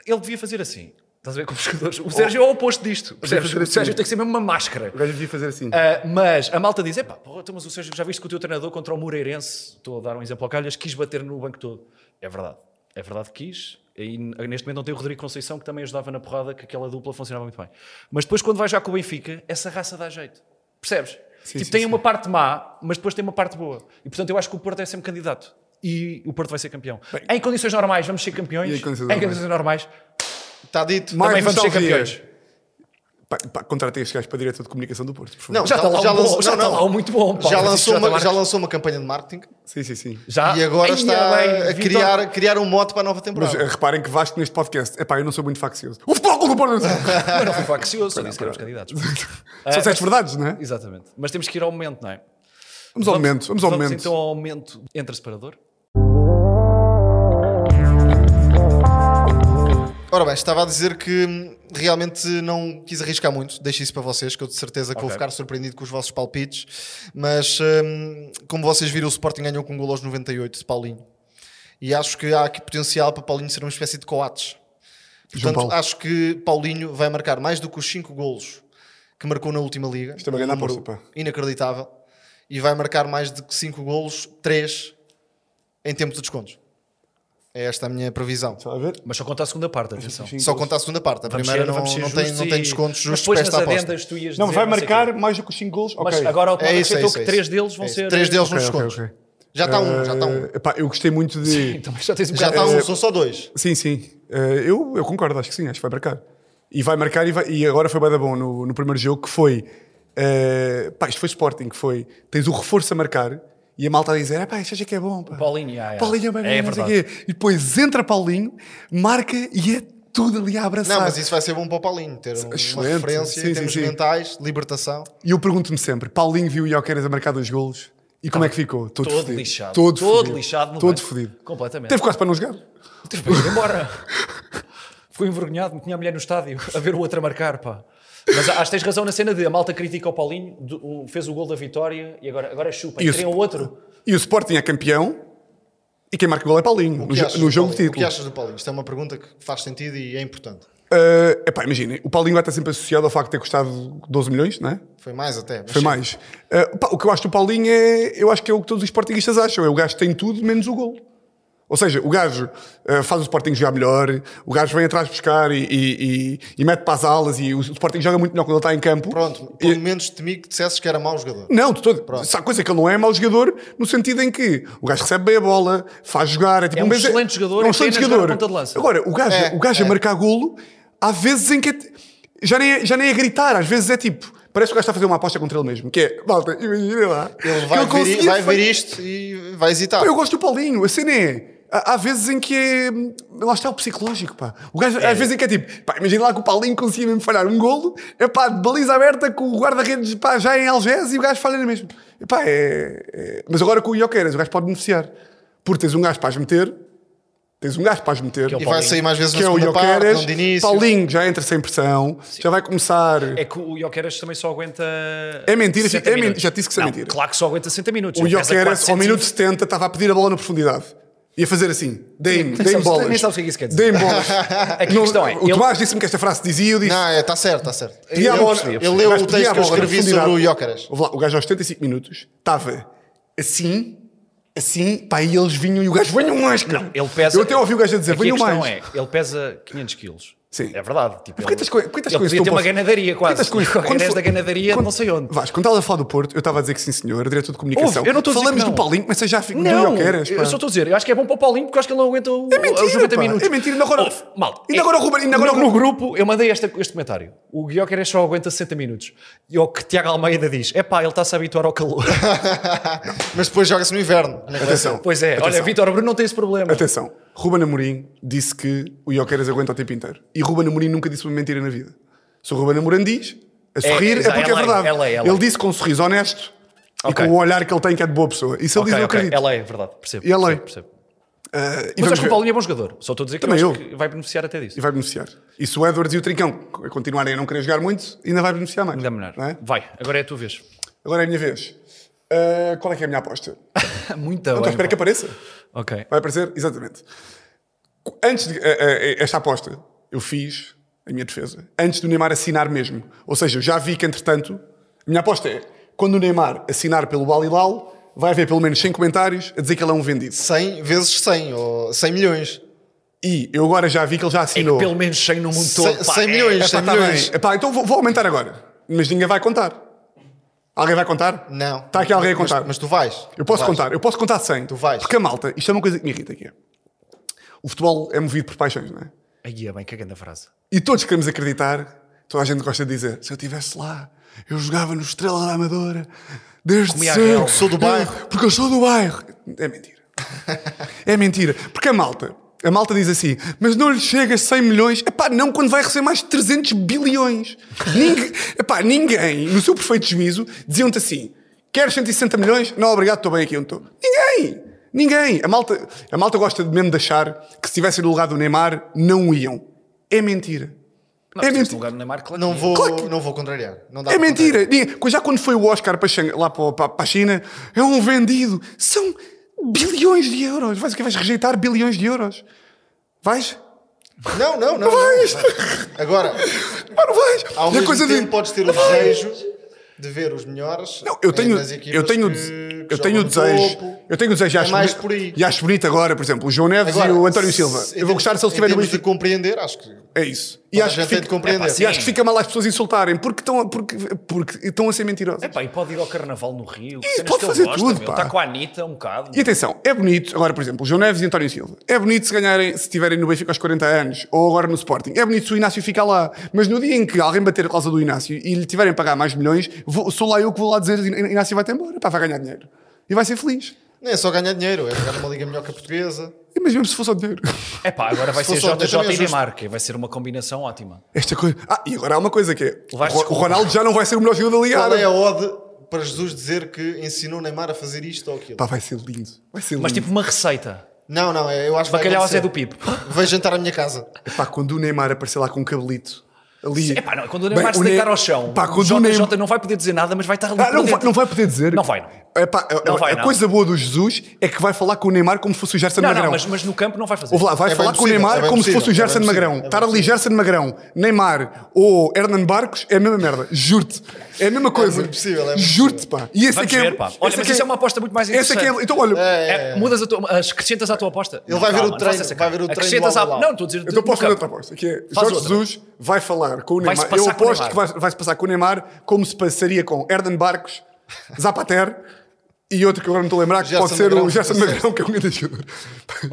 A: Ele devia fazer assim. Estás a ver com os jogadores? O Sérgio é o oposto disto. O Sérgio,
C: Oh. fazer
A: o
C: assim.
A: Sérgio tem que ser mesmo uma máscara.
C: O gajo devia fazer assim.
A: Ah, mas a malta diz: epá, porra, então, mas o Sérgio, já viste que o teu treinador contra o Moreirense, estou a dar um exemplo ao Calhas, quis bater no banco todo. É verdade, é verdade que quis. E n- neste momento não tem o Rodrigo Conceição, que também ajudava na porrada, que aquela dupla funcionava muito bem. Mas depois, quando vais já com o Benfica, essa raça dá jeito. Percebes?
C: Sim,
A: tipo,
C: sim,
A: tem
C: sim.
A: uma parte má, mas depois tem uma parte boa. E portanto, eu acho que o Porto é sempre candidato. E o Porto vai ser campeão. em condições normais, vamos ser campeões.
C: E
A: Em
C: em condições
A: condições,
C: normais?
A: normais,
B: Está dito.
C: Mais
A: também vamos ser
C: nostalgia.
A: campeões.
C: Pá, pá, contratem este gajo para a diretora de comunicação do Porto, por favor.
B: Não,
A: Já está lá um bom- já está lá um muito bom, Paulo
B: Já
A: Francisco
B: lançou, uma,
A: J.
B: já lançou uma campanha de marketing
C: Sim, sim, sim.
A: Já.
B: e agora
A: Ai,
B: está
A: bem,
B: a
A: Vitor.
B: criar, a criar um mote para a nova
C: Mas
B: temporada.
C: eh, reparem que Vasco neste podcast, é pá, eu não sou muito faccioso. O futebol Clube do Porto! São
A: Eu não fui faccioso, só disse que éramos candidatos.
C: certas verdades, não é?
A: Exatamente. Mas temos que ir ao momento, não é?
C: Vamos ao momento, vamos ao
A: Vamos
C: momento.
A: então ao momento entre separador.
B: Ora bem, estava a dizer que hum, realmente não quis arriscar muito, deixo isso para vocês, que eu de certeza que vou
A: Ok.
B: ficar surpreendido com os vossos palpites, mas hum, como vocês viram, o Sporting ganhou com um gol aos 98 de Paulinho. E acho que há aqui potencial para Paulinho ser uma espécie de coates.
C: João
B: Portanto,
C: Paulo.
B: acho que Paulinho vai marcar mais do que os 5 golos que marcou na última liga. Um
C: Isto é uma grande
B: número
C: aposta, pá.
B: Inacreditável. E vai marcar mais de 5 golos, 3 em tempo de descontos. É esta a minha previsão.
C: Está a ver?
A: Mas só conta a segunda parte, atenção.
C: Sim.
B: Só conta a segunda parte. A primeira
A: Então, ser-
B: não,
A: ser
B: não tem,
A: justos
B: não tem
A: e- mas
B: descontos justos para
A: depois
B: esta
A: nas
B: aposta.
A: adendas tu ias
C: Não, mas
A: dizer
C: vai
A: sei
C: marcar
A: quê.
C: mais do que os 5 gols.
A: Mas
C: ok.
A: agora o que
B: É isso, é
A: aceitou
B: isso.
A: que
B: é
A: três
B: isso.
A: deles vão
B: É isso.
A: ser.
B: Três deles vão
C: Ok,
B: descontos.
C: ok, ok.
B: Já está um, já está
C: Eh,
B: um.
C: epá, eu gostei muito de. Sim,
A: Também já tens um
B: Já
A: bocado.
B: está um, são só dois.
C: sim. Eh, eu, eu concordo, acho que sim, acho que vai marcar. E vai marcar e, vai- e agora foi bada bom no, no primeiro jogo que foi. eh, pá, isto foi Sporting, que foi. Tens o reforço a marcar e a malta a dizer: "Ah, pá, isto já que é bom.
B: um-
C: Pá.
A: Paulinho, ah, é.
C: Paulinho é bem,
A: É
C: bem, não sei
A: verdade.
C: quê. E depois entra Paulinho, marca e é tudo ali a abraçar.
B: Não, mas isso vai ser bom para o Paulinho, ter um- uma
C: Excelente.
B: referência
C: Sim,
B: em
C: sim,
B: termos
C: sim.
B: mentais, libertação.
C: E eu pergunto-me sempre: Paulinho viu o Jokeres a marcar dois golos e como é que ficou? Todo,
A: Todo
C: fodido.
A: lixado.
C: Todo, fodido.
A: lixado no
C: Todo
A: banco.
C: fodido.
A: Completamente.
C: Teve quase para não jogar.
A: Teve para ir embora. Ficou envergonhado, me tinha a mulher no estádio a ver o outro a marcar, pá. Mas acho que tens razão na cena de a malta critica o Paulinho, do- o- fez o gol da vitória e agora, agora chupa. E
C: E o
A: queriam
C: Sp-
A: outro.
C: E o Sporting é campeão e quem marca o gol é Paulinho,
B: O
C: no,
B: que
C: jo-
B: achas
C: no
B: do
C: jogo de
B: Paulinho? O que
C: título.
B: achas do Paulinho? Isto é uma pergunta que faz sentido e é importante.
C: Eh, epá, imaginem, o Paulinho vai estar sempre associado ao facto de ter custado 12 milhões, não é?
B: Foi mais até. mas
C: Foi
B: sim.
C: mais. Eh, pá, o que eu acho do Paulinho é. Eu acho que é o que todos os Sportingistas acham: é o gajo tem tudo menos o gol. Ou seja, o gajo eh, faz o Sporting jogar melhor, o gajo vem atrás buscar e, e- e- e mete para as alas e o Sporting joga muito melhor quando ele está em campo.
B: Pronto,
C: E-
B: pelo menos temi que dissesses que era mau jogador.
C: Não, de todo. Se há coisa que ele não é, é mau jogador, no sentido em que o gajo recebe bem a bola, faz jogar, é tipo
A: É um
C: Benze-
A: excelente jogador,
C: é um
A: é
C: excelente
A: apenas
C: jogador.
A: jogar ponta de lança.
C: Agora, o gajo,
B: É,
C: o gajo
B: é.
C: a marcar golo, há vezes em que é- já, nem é, já nem é gritar, às vezes é tipo, parece que o gajo está a fazer uma aposta contra ele mesmo, que é, malta, imagina lá.
B: Ele vai,
C: que eu
B: ver,
C: conseguia
B: vai
C: fa-
B: ver isto e vai hesitar.
C: Pá, Ah, Eu gosto do Paulinho, a cena é. Há há vezes em que é. hum, Lá está o psicológico, pá. O gajo, Às vezes em que é tipo, pá, imagina lá que o Paulinho conseguia mesmo falhar um golo, é pá, de baliza aberta com o guarda-redes pá, já em Algés e o gajo falha na mesma. É pá, é, é- Mas agora com o Joqueiras, o gajo pode beneficiar. Porque tens um gajo para as meter, tens um gajo para as meter,
A: Que é o
B: E
C: que
B: vai
A: Paulinho.
B: sair mais vezes na
C: é o
B: segunda parte,
C: Joqueiras.
B: não de início.
C: Paulinho já entra sem pressão, já vai começar.
A: É que o Jokeres também só aguenta.
C: É mentira,
A: 60
C: é men-
A: minutos.
C: já te disse que isso é
A: Não,
C: mentira.
A: Claro que só aguenta 60 minutos.
C: O
A: Ele pesa
C: Joqueiras, ao
A: 400 e-
C: minuto 70, estava a pedir a bola na profundidade. Ia fazer assim, deem deem
A: sabes-
C: bolas.
A: nem sabes o que é que isso quer dizer.
C: Deem bolas.
A: Aqui a questão é,
C: o
A: ele-
C: Tomás disse-me que esta frase dizia, eu disse...
B: Não, está certo, está certo.
C: Pedia a
B: Ele-
C: bola.
B: Ele leu
C: um Mas
B: o
C: pedia a
B: texto que eu
C: bola,
B: escrevi sobre
C: profundidade.
B: o Jócaras.
C: Ouve lá, o gajo aos 75 minutos estava assim, assim, pá, e eles vinham e o gajo, venham mais, não.
A: Ele pesa.
C: Eu até ouvi o gajo a dizer,
A: Aqui a
C: venham
A: questão
C: mais.
A: é, ele pesa 500 quilos.
C: Sim.
A: É verdade. Tipo, ele-
C: Porquê estás com- porquê estás
A: ele
C: com esse
A: podia
C: teu
A: ter uma
C: posto?
A: ganadaria
C: Porquê
A: quase.
C: estás com isso?
A: Quando
C: Quando
A: Eras
C: for-
A: da ganadaria,
C: quando-
A: não sei onde.
C: Vasco, quando estava a falar do Porto, eu estava a dizer que sim, senhor, diretor de comunicação.
A: Ouve, eu não estou a dizer
C: Falamos
A: que não.
C: do Paulinho, mas já fico Tipo, do
A: Não,
C: Jokeras, pá.
A: eu só estou a dizer, eu acho que é bom para o Paulinho porque eu acho que ele não aguenta o,
C: É mentira,
A: os 90
C: pá.
A: minutos.
C: É mentira, ainda agora-
A: Oh, malta,
C: ainda
A: é-
C: agora o Ruben- ainda agora
A: no,
C: o
A: no
C: Ruben-
A: grupo, eu mandei este, este comentário. O Guiocares só aguenta 60 minutos. E o que Tiago Almeida diz, é pá, ele está-se a habituar ao calor.
B: Mas depois joga-se no inverno. na
C: Atenção.
B: seleção.
A: pois é, olha,
C: Atenção.
A: Vítor Bruno não tem esse problema.
C: Atenção, Ruben Amorim disse que o Jokeras aguenta o tempo inteiro. E Ruben Amorim nunca disse uma mentira na vida. Se o Ruben Amorim diz, a sorrir é,
A: exa-
C: porque
A: é
C: é,
A: lei,
C: verdade.
A: é lei, é lei.
C: Ele disse com um sorriso honesto
A: Ok.
C: e com o olhar que ele tem que é de boa pessoa. Isso ele
A: Ok,
C: diz, eu
A: ok,
C: acredito.
A: é lei, é verdade, percebo.
C: E é lei.
A: percebo, percebo.
C: Ah, e
A: Mas acho
C: vamos
A: que
C: ver.
A: o Paulinho é bom jogador. Só estou a dizer que eu
C: Também
A: acho
C: eu.
A: que vai beneficiar até disso.
C: E vai beneficiar. E se o Edwards e o Trincão continuarem a não querer jogar muito, ainda vai beneficiar mais.
A: Ainda melhor.
C: não é?
A: Vai, agora é a tua vez.
C: Agora é a minha vez. Ah, qual é que é a minha aposta? Não
A: Muita
C: estou à espera
A: bem.
C: que apareça.
A: Ok.
C: Vai aparecer? Exatamente. Antes de. eh, eh, esta aposta, eu fiz a minha defesa. Antes do Neymar assinar mesmo. Ou seja, eu já vi que, entretanto. A minha aposta é: quando o Neymar assinar pelo Balilal, vai haver pelo menos 100 comentários a dizer que ele é um vendido.
B: 100 vezes 100, ou 100 milhões.
C: E eu agora já vi que ele já
A: É
C: assinou.
A: que pelo menos 100 no mundo todo. pá,
B: 100
A: é-
B: milhões,
C: Epá,
B: 100
C: tá
B: milhões.
C: bem. Epá, então vou, vou aumentar agora. Mas ninguém vai contar. Alguém vai contar?
B: Não.
C: Está Tá aqui alguém a
B: Mas-
C: contar.
B: Mas, tu vais.
C: Eu posso
B: Tu vais.
C: contar, eu posso contar 100. Tu
B: vais.
C: Porque a malta, isto é uma coisa que me irrita aqui. O futebol é movido por paixões, não é?
A: Aí é bem, que grande frase.
C: E todos queremos acreditar, toda a gente gosta de dizer, se eu estivesse lá, eu jogava no Estrela da Amadora, desde
A: Comia a
C: cedo.
A: relva.
B: Sou do
C: Eu-
B: bairro."
C: porque eu sou do bairro. É mentira. é mentira. Porque a malta, a malta diz assim, mas não lhe chega 100 milhões. Epá, não quando vai receber mais de 300 bilhões. Ninguém, epá, ninguém, no seu perfeito juízo, diziam-te assim, queres 160 milhões? Não, obrigado, estou bem aqui onde estou. Ninguém! Ninguém! A malta, a malta gosta mesmo de achar que se estivessem no lugar do Neymar, não iam. É mentira.
A: Não,
C: é
A: se tivesse
C: mentira.
A: lugar no Neymar, claro. é.
B: Não vou,
C: Claro que-
B: não vou contrariar. Não dá
C: É
B: para
C: mentira.
B: contrariar.
C: Ninguém- Já quando foi o Oscar para Xang- lá para, para- para a China, é um vendido. São bilhões de euros. Vais, o quê? vais rejeitar bilhões de euros? Vais?
B: Não, não, não. um não.
C: Vais.
B: Agora,
C: Mas não vais.
B: ao
C: É
B: mesmo
C: coisa de-
B: tempo podes ter o desejo de ver os melhores
C: Não, eu
B: eh,
C: tenho,
B: nas equipas
C: eu tenho,
B: que- que
C: eu tenho o
B: jogam no
C: desejo.
B: topo. É
C: Eu tenho o desejo. e acho
B: mais
C: bonito-
B: por aí.
C: E acho bonito agora, por exemplo, o João Neves
B: Agora,
C: e o António Silva.
B: se- em
C: Eu
B: termos-
C: vou gostar se eles
B: em
C: estiverem no
B: termos de
C: Benfica.
B: compreender, acho que
C: É isso. E
B: Toda a
C: acho, que
B: gente tem de
C: fica,
B: compreender.
A: Epá, sim.
C: e acho que fica mal as pessoas insultarem porque estão, porque, porque estão a ser mentirosas.
A: É pá, e pode ir ao carnaval no Rio.
C: Ih,
A: cenas
C: pode
A: que ele
C: fazer
A: gosta,
C: tudo,
A: meu.
C: pá.
A: Está com a Anitta um bocado.
C: E atenção, é bonito, agora por exemplo, João Neves e António Silva. É bonito se ganharem, se estiverem no Benfica aos 40 anos, ou agora no Sporting. É bonito se o Inácio ficar lá. Mas no dia em que alguém bater a causa do Inácio e lhe tiverem a pagar mais milhões, vou- sou lá eu que vou lá dizer "Iná- Inácio vai-te embora, pá, vai ganhar dinheiro. E vai ser feliz.
B: não é só ganhar dinheiro, é jogar numa liga melhor que a portuguesa.
C: E Mas mesmo se fosse o dinheiro.
A: É pá, agora vai
B: Se
A: ser
B: fosse ontem
A: JJ
B: também
A: e
B: é justo.
A: Neymar, que vai ser uma combinação ótima.
C: Esta coisa. Ah, e agora há uma coisa que é. O
A: Levaste
C: Ro- o Ronaldo já não vai ser o melhor jogador da Liga
B: Qual é a
C: Árabe.
B: ode para Jesus dizer que ensinou Neymar a fazer isto ou aquilo?
C: Pá, vai ser lindo. Vai ser lindo.
A: Mas tipo uma receita.
B: Não, não, é- eu acho que vai
A: Bacalhau à Zé
B: acontecer.
A: do Pipo.
B: Vai jantar à minha casa.
C: Pá, quando o Neymar aparecer lá com um cabelito. Ali.
A: É pá, não, quando o
C: Bem,
A: Neymar se
C: Ne-
A: deitar ao chão,
C: Pá, quando o
A: JJ
C: Neymar.
A: não vai poder dizer nada, mas vai estar ali
C: Ah,
A: por
C: não, vai,
A: dentro.
C: não vai poder dizer.
A: Não vai, não.
C: Epá, a-
A: Não
C: a-
A: vai,
C: a
A: não.
C: coisa boa do Jesus é que vai falar com o Neymar como se fosse o Gerson
A: Não,
C: Magrão.
A: não, mas, mas no campo não vai fazer.
C: Ouve lá, vai
B: É bem
C: falar com o
B: possível,
C: Neymar
B: é bem
C: como se
B: possível,
C: fosse o
B: é bem
C: Gerson
B: possível,
C: Magrão.
B: é bem
C: Estar ali Gerson Magrão, Neymar ou Hernan Barcos é a mesma merda. Juro-te. É a mesma coisa.
B: muito possível, é muito
C: Juro-te, pá. E esse
A: Vamos
C: aqui é.
A: ver, pá. Olha,
C: esse
A: mas
C: aqui
A: isso é uma aposta muito mais
C: Esse aqui é.
A: interessante.
C: Então, olha.
A: É, mudas a tua, as, acrescentas à tua aposta.
B: Ele vai ver o
A: não
B: treino,
A: faça essa
B: vai
A: cara.
B: ver o treino
A: Acrescentas
B: do
A: à.
B: Al-Hilal.
A: Não, estou a dizer. de-
C: Então
A: no
C: posso fazer
A: campo.
C: outra aposta, que é
A: Faz
C: Jorge
A: outra.
C: Jesus vai falar com o
A: Vai-se
C: Neymar. Eu
A: passar com o
C: aposto que vai,
A: Neymar.
C: vai-se passar com o Neymar como se passaria com Hernan Barcos, Zapatero e outro que agora não estou a lembrar, que
B: Gerson
C: pode ser o
B: Magrão,
C: Gerson
B: certo.
C: Magrão, que é um grande jogador.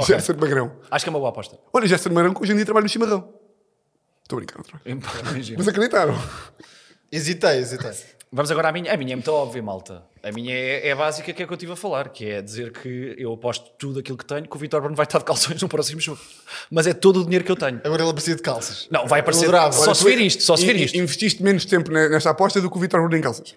C: Gerson Magrão.
A: Acho que é uma boa aposta.
C: Olha, Gerson Magrão que hoje em dia trabalha no Chimarrão. Estou a brincar, não trabalho.
A: Imagina.
C: Mas acreditaram.
B: Hesitei, hesitei.
A: Vamos agora à minha. A minha é muito óbvia, malta. A minha é, é a básica que é que eu estive a falar, que é dizer que eu aposto tudo aquilo que tenho, que o Vitor Bruno vai estar de calções no próximo jogo. Mas é todo o dinheiro que eu tenho.
B: Agora ele aparecia de calças.
A: Não, vai aparecer.
B: Eu adorava.
A: Só
B: Olha,
A: se vir isto, só se vir
C: E-
A: isto.
C: Investiste menos tempo ne- nesta aposta do que o Vitor Bruno em calças.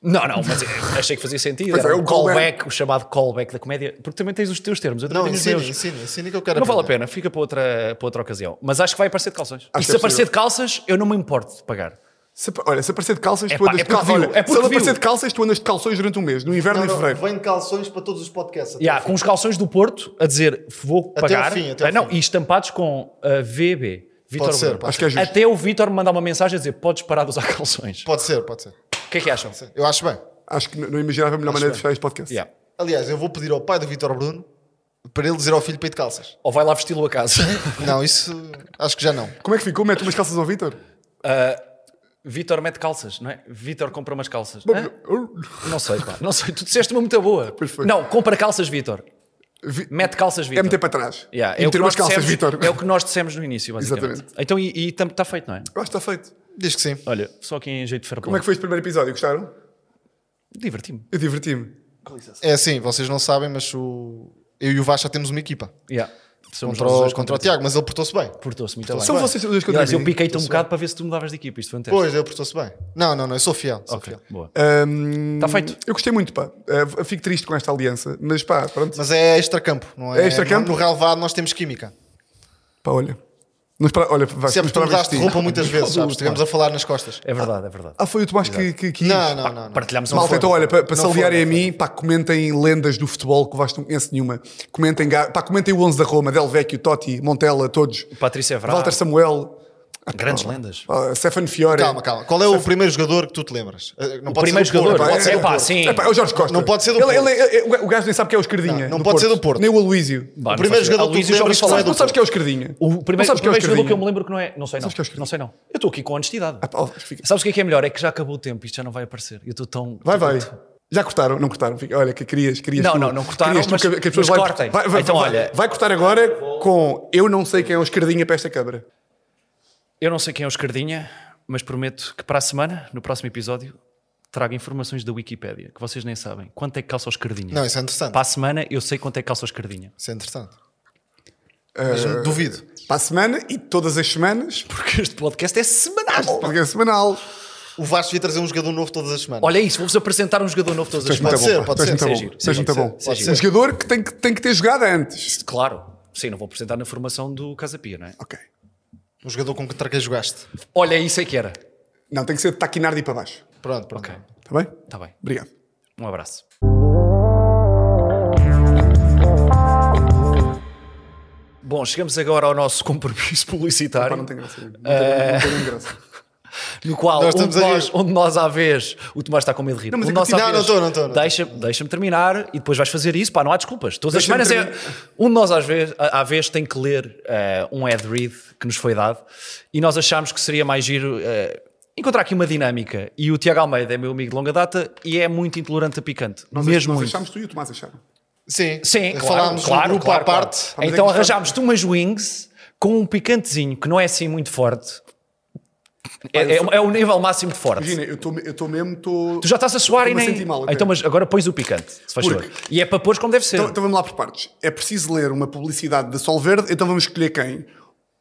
A: Não, não, mas é- achei que fazia sentido.
C: Pois
A: Era
C: é,
A: um
C: o callback.
A: callback, o chamado callback da comédia. Porque também tens os teus termos. Eu também
B: Não,
A: tenho os
B: ensina,
A: meus.
B: ensina, ensina que eu quero
A: Não vale a
B: aprender.
A: pena, fica para outra, para outra ocasião. Mas acho que vai aparecer de calções.
C: Acho
A: e
C: que
A: se
C: é
A: aparecer
C: possível.
A: de calças, eu não me importo de pagar.
C: Se, apa- olha, se aparecer de calças,
A: É
C: tu
A: pá,
C: andas
A: é
C: de
A: porque
C: calças.
A: viu,
C: Olha,
A: é porque
C: se ele
A: viu.
C: aparecer de calças, tu andas de calções durante um mês, no inverno
B: Não,
C: e em
B: não,
C: fevereiro.
B: vem de calções para todos os podcasts. até
A: Yeah,
B: ao
A: com os calções do Porto a dizer vou
B: Até
A: pagar.
B: ao fim, até ao
A: Ah, não,
B: fim.
A: e estampados com uh, a VB. Vitor
B: Pode ser,
A: Bruno.
B: pode
C: Acho que é justo.
A: Até o Vitor me mandar uma mensagem a dizer podes parar de usar calções.
B: fim. Pode ser, pode ser.
A: O que é que acham?
B: Eu acho bem.
C: Acho que n- não imaginava a melhor maneira de fechar este podcast.
A: Yeah.
B: Aliás, eu vou pedir ao pai do Vitor Bruno para ele dizer ao filho para ir de calças.
A: Ou vai lá vesti-lo a casa.
B: Não, isso acho que já não.
C: Como é que ficou? Mete umas calças ao Vitor?
A: Vitor mete calças, não é? Vitor compra umas calças. Hã?
C: Vi-
A: Não sei, pá. Não sei. Tu disseste uma muito boa.
C: Pois foi.
A: Não, compra calças, Vitor. Mete calças,
C: É
A: Vitor.
C: meter para trás.
A: Yeah,
C: e
A: é o que
C: meter
A: nós
C: umas calças,
A: dissemos-
C: Vitor.
A: É o que nós dissemos no início, basicamente.
C: Exatamente.
A: Então, e está feito, não é?
C: Eu acho que está feito.
B: Diz que sim.
A: Olha, só aqui em jeito de fair
C: Como é que foi este primeiro episódio? Gostaram?
A: Diverti-me.
C: Eu diverti-me.
B: É assim, vocês não sabem, mas o... eu e o Vasco já temos uma equipa.
A: Yeah. Somos
B: Contra
A: nós
B: o,
A: dois
B: contra o Tiago, mas ele portou-se bem.
A: Portou-se muito bem.
C: São vocês dois que eu
A: Aliás,
C: tenho.
A: eu piquei-te um bocado para ver se tu mudavas de equipa. Isto foi um teste.
B: Pois, ele portou-se bem. Não, não, não, eu sou fiel. Sou
A: Ok,
B: fiel.
A: boa.
C: Ah, Está
A: feito.
C: Eu gostei muito, pá. Eh, fico triste com esta aliança, mas pá, pronto.
B: Mas é extracampo, não é?
C: É extracampo?
B: No, no relevado nós temos química.
C: Pá, olha. Não espera, olha, vai,
B: Sempre é tu
C: não esperava
B: mudaste
C: isto.
B: roupa muitas vezes, sabes? Estivemos a falar nas costas.
A: É verdade, é verdade.
C: Ah, foi o Tomás que, que, que
B: Não, não, não. não.
A: Partilhámos um
C: Malta,
A: forno.
C: então olha, para, para
B: Não
C: se aliarem a
B: foram,
C: mim, pá, comentem lendas do futebol que o Vasco não conhece nenhuma. Comentem, ga- pá, comentem o 11 da Roma, Del Vecchio, Totti, Montella, todos.
A: Patrícia Evra.
C: Walter Samuel. Ah, pá,
A: Grandes
C: pá,
A: lendas.
C: pá, Stefan Fiore.
B: Calma, calma. Qual é o primeiro jogador que tu te lembras? Eh, Não
A: O
B: pode
A: primeiro
B: ser do Porto,
A: jogador.
B: não pode ser
A: É
B: do
A: pá,
B: Porto.
A: sim.
C: É, pá, é o Jorge Costa.
B: Não pode ser do
C: ele,
B: Porto.
C: ele- ele- o gajo nem sabe que é o Escardinha.
B: Não, não pode ser do Porto.
C: Nem o Aloísio.
A: Bah, não
B: o primeiro
A: faço
B: jogador
A: ideia.
B: que tu
A: Aloísio, já ouvi
B: lembras
A: falar
B: qual é
A: do
B: do
C: Não sabes que é o Escardinha.
A: O
C: Não
A: primeiro,
C: sabes
A: o
C: que é o
A: primeiro jogador que eu
C: Escardinha.
A: me lembro que não é. Não sei, não.
C: Sabes que é o Escardinha.
A: não sei, não. Eu estou aqui com honestidade.
C: Ah, pá, ó, fica-
A: Sabes o que é que é melhor? É que já acabou o tempo. Isto já não vai aparecer. Eu estou tão.
C: Vai, vai. Já cortaram? Não cortaram. Fica- Olha, que querias, querias
A: Não,
C: tu-
A: não, não cortaram,
C: querias tu
A: mas-
C: que- que as pessoas
A: mas
C: vai-
A: cortem.
C: Vai, vai-
A: Então,
C: vai-
A: olha-
C: Vai cortar agora com eu não sei quem é o Escardinha para esta câmara.
A: Eu não sei quem é o Escardinha, mas prometo que para a semana, no próximo episódio, trago informações da Wikipédia, que vocês nem sabem. Quanto é que calça o Escardinha?
B: Não, isso é interessante.
A: Para a semana, eu sei quanto é que calça o Escardinha.
B: Isso é interessante.
A: Eh,
B: Mas Duvido.
C: Para a semana e todas as semanas,
A: Porque este podcast é semanal.
C: porque é semanal.
B: O Vasco devia trazer um jogador novo todas as semanas.
A: Olha isso, vou-vos apresentar um jogador novo todas
C: Tu
A: as
C: és muito
A: semanas.
B: Pode
C: bom,
B: ser,
C: pá.
B: pode
C: Tu és
B: ser,
C: muito
B: pode
C: bom.
A: ser,
C: Tu és
A: pode
C: muito
A: ser,
C: bom.
A: pode
C: Um jogador que tem que tem que ter jogado antes.
A: Claro. Sim, não vou apresentar na formação do Casa Pia, não é?
C: Ok.
B: Um jogador com quem jogaste.
A: Olha, isso é que era.
C: Não, tem que ser de taquinardi para baixo.
B: Pronto, pronto.
A: Ok,
C: Está bem?
A: está bem.
C: Obrigado.
A: Um abraço. Bom, chegamos agora ao nosso compromisso
C: Pá,
A: publicitário.
C: não tem graça. Não tem-
A: Eh,
C: não tem graça.
A: no qual
B: Nós
A: onde,
B: estamos a
A: nós,
B: rir.
A: onde nós à vez o Tomás está com medo de rir.
C: mas
A: Onde
C: é que
A: nós
C: eu
A: à
B: tive- Não,
A: vez-
B: não tô, não tô, não tô.
A: Deixa, deixa-me terminar e depois vais fazer isso. Pá, não há desculpas. Todas as
C: Deixa-me
A: semanas é. Um de nós às vezes, à, à vez tem que ler eh, um ad read que nos foi dado e nós achámos que seria mais giro. eh, Encontrar aqui uma dinâmica e o Tiago Almeida é meu amigo de longa data e é muito intolerante a picante.
C: Nós,
A: mesmo
C: nós
A: muito.
C: achámos tu e o Tomás acharam.
B: Sim, Eh,
A: Sim, claro,
B: falámos
A: claro,
B: no grupo
A: claro,
B: à
A: claro.
B: parte.
C: mas é
A: Então
C: que isto-
A: arranjámos-te umas wings com um picantezinho que não é assim muito forte. É, é, é o nível máximo de forte.
C: Imagina, eu estou- eu estou mesmo. Tô...
A: Tu já estás a suar e
C: Estou-me a
A: nem.
C: sentir mal, até.
A: então, mas agora pões o picante, se faz
C: Porque-
A: favor. E é para pôr como deve ser.
C: Então, então vamos lá por partes. É preciso ler uma publicidade da Sol Verde, então vamos escolher quem?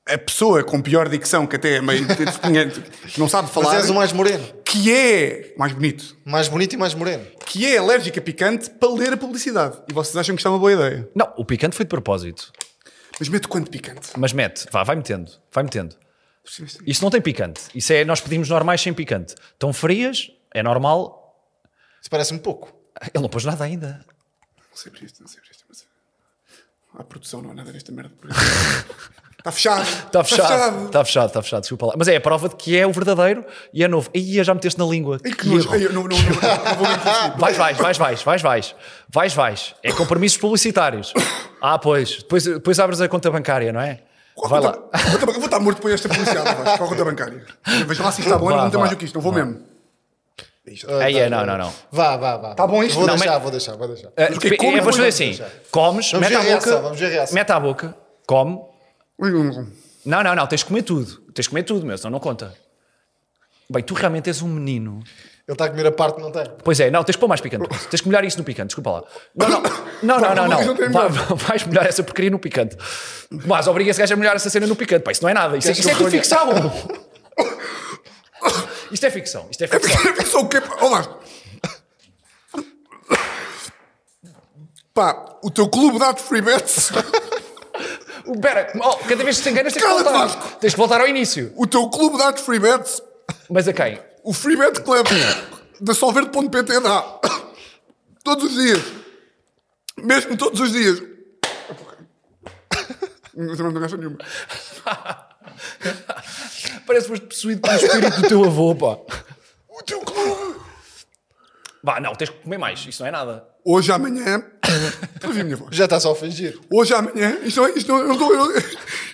C: A pessoa com pior dicção, que até é meio despunhante, que não sabe
B: Mas
C: falar,
A: é-
B: és o mais moreno.
C: que é mais bonito,
B: Mais bonito e mais moreno.
C: que é alérgica a picante para ler a publicidade. E vocês acham que isto é uma boa ideia.
A: Não, o picante foi de propósito.
C: Mas meto quanto picante?
A: Mas mete, vá, vai metendo, vai metendo. Isso não tem picante. Isso é, nós pedimos normais sem picante. Estão frias, é normal.
B: Isso parece-me pouco.
A: Ele não pôs nada ainda.
C: Não sei por isto, não sei por isto. Mas... A produção não há nada nesta merda. Por isso. Está fechado.
A: Está Tá fechado. Está fechado, está fechado, desculpa lá. Mas é a prova de que é o verdadeiro e é novo. Aí já meteste na língua.
C: Ai, É que
A: Que
C: nojo.
A: erro.
C: Ai, eu não, não, não, não, não vou mentir.
A: Vais, vais, vais, vais, vais, vais. Vais, vais. É compromissos publicitários. Ah, pois. Depois, depois abres a conta bancária, não é?
C: Qual a
A: Vai
C: conta-
A: lá.
C: a conta- eu vou estar morto depois desta publicidade, Vasco, com a conta bancária. Veja lá se isto está bom,
A: Vá,
C: não tem
A: vá.
C: mais do que isto, não vou mesmo.
B: Ah,
A: Aí é, não, não, não.
B: Vá, vá, vá. Está
C: bom isto?
B: Tá Vou
C: Não,
B: deixar, vou deixar, vou deixar.
A: Ah,
C: Mas o quê?
A: é,
C: Come,
A: vamos fazer
C: come,
A: assim: comes, mete
B: Vamos ver
A: à
B: a reação,
A: boca,
B: vamos ver a reação.
A: mete à boca, come.
C: Ui, ui, ui.
A: Não, não, não, tens de comer tudo. Tens de comer tudo, meu, senão não conta. Bem, tu realmente és um menino.
B: Ele está a comer a parte que não tem.
A: Pois é, não, tens de pôr mais picante. Tens que molhar isso no picante, desculpa lá. Não, não, não, não, não.
C: Não, não
A: não.
C: tem
A: Vai-
C: melhor.
A: vais molhar essa porcaria no picante. Mas obriga esse gajo a molhar essa cena no picante. Pá, isso não é nada. Isso, é-
C: Queres
A: isso é
C: que eu
A: tudo ficção. Isto é ficção. Isto é ficção.
C: Só o quê? Ó, Vasco. Pá, o teu clube dá-te free bets,
A: Pera, oh, cada vez que te enganas tens que
C: Cala-te,
A: voltar.
C: Vasco.
A: Tens que voltar ao início.
C: o teu clube dá-te free bets,
A: Mas a quem?
C: O Freebet Club da Solverde.pt dá todos os dias, mesmo todos os dias. Mas eu não gasto nenhuma.
A: Parece que foste possuído pelo espírito do teu avô, pá.
C: O teu clube!
A: Vá, não, tens que comer mais, isso não é nada.
C: Hoje amanhã. Para ouvir a minha voz.
B: Já estás a ofender.
C: Hoje amanhã. Isto, não é- isto não, eu, não tô- eu,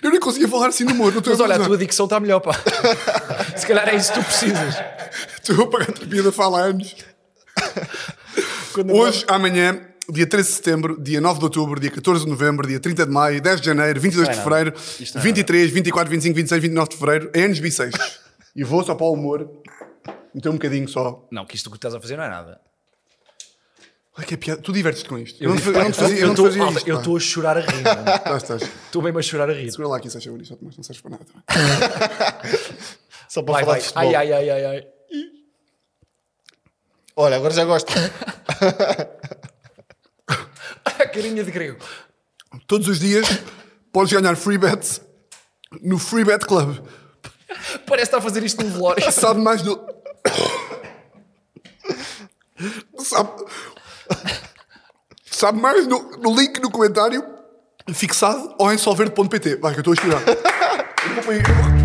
C: eu nem conseguia falar assim no humor. Não estou
A: Mas olha, a
C: imaginar.
A: tua dicção está melhor, pá. Se calhar é isso que tu precisas.
C: Estou a pagar a terapia da fala há anos.
A: Quando-
C: Hoje, amanhã, dia 13 de setembro, dia 9 de outubro, dia 14 de novembro, dia 30 de maio, 10 de janeiro, 22 de
A: Isto não é
C: fevereiro, 23, 24, 25, 26, 29 de fevereiro, é anos bissextos. e vou só para o humor, meter um bocadinho só.
A: Não, que isto que estás a fazer não é nada.
C: Ai, que é piada. Tu divertes-te com isto. Eu, não te fa- eu não te fazia, eu não te fazia isto.
A: Eu estou a chorar a rir, mano.
C: Estás, estás.
A: Estou mesmo a chorar a rir.
C: Segura lá aqui, Sasha Unis, só mais não serves para nada. tá
B: Só para
A: Vai,
B: falar
A: vai.
B: de futebol.
A: Ai, ai, ai, ai, ai.
B: Olha, agora já gosto.
A: A carinha de grego.
C: Todos os dias podes ganhar free bets no Free Bet Club.
A: Parece estar a fazer isto num velório.
C: Sabe mais do. Sabe. Sabe mais no, no link no comentário fixado ou em solverde.pt. Vai, que eu estou a estudar. Eu vou pôr aí-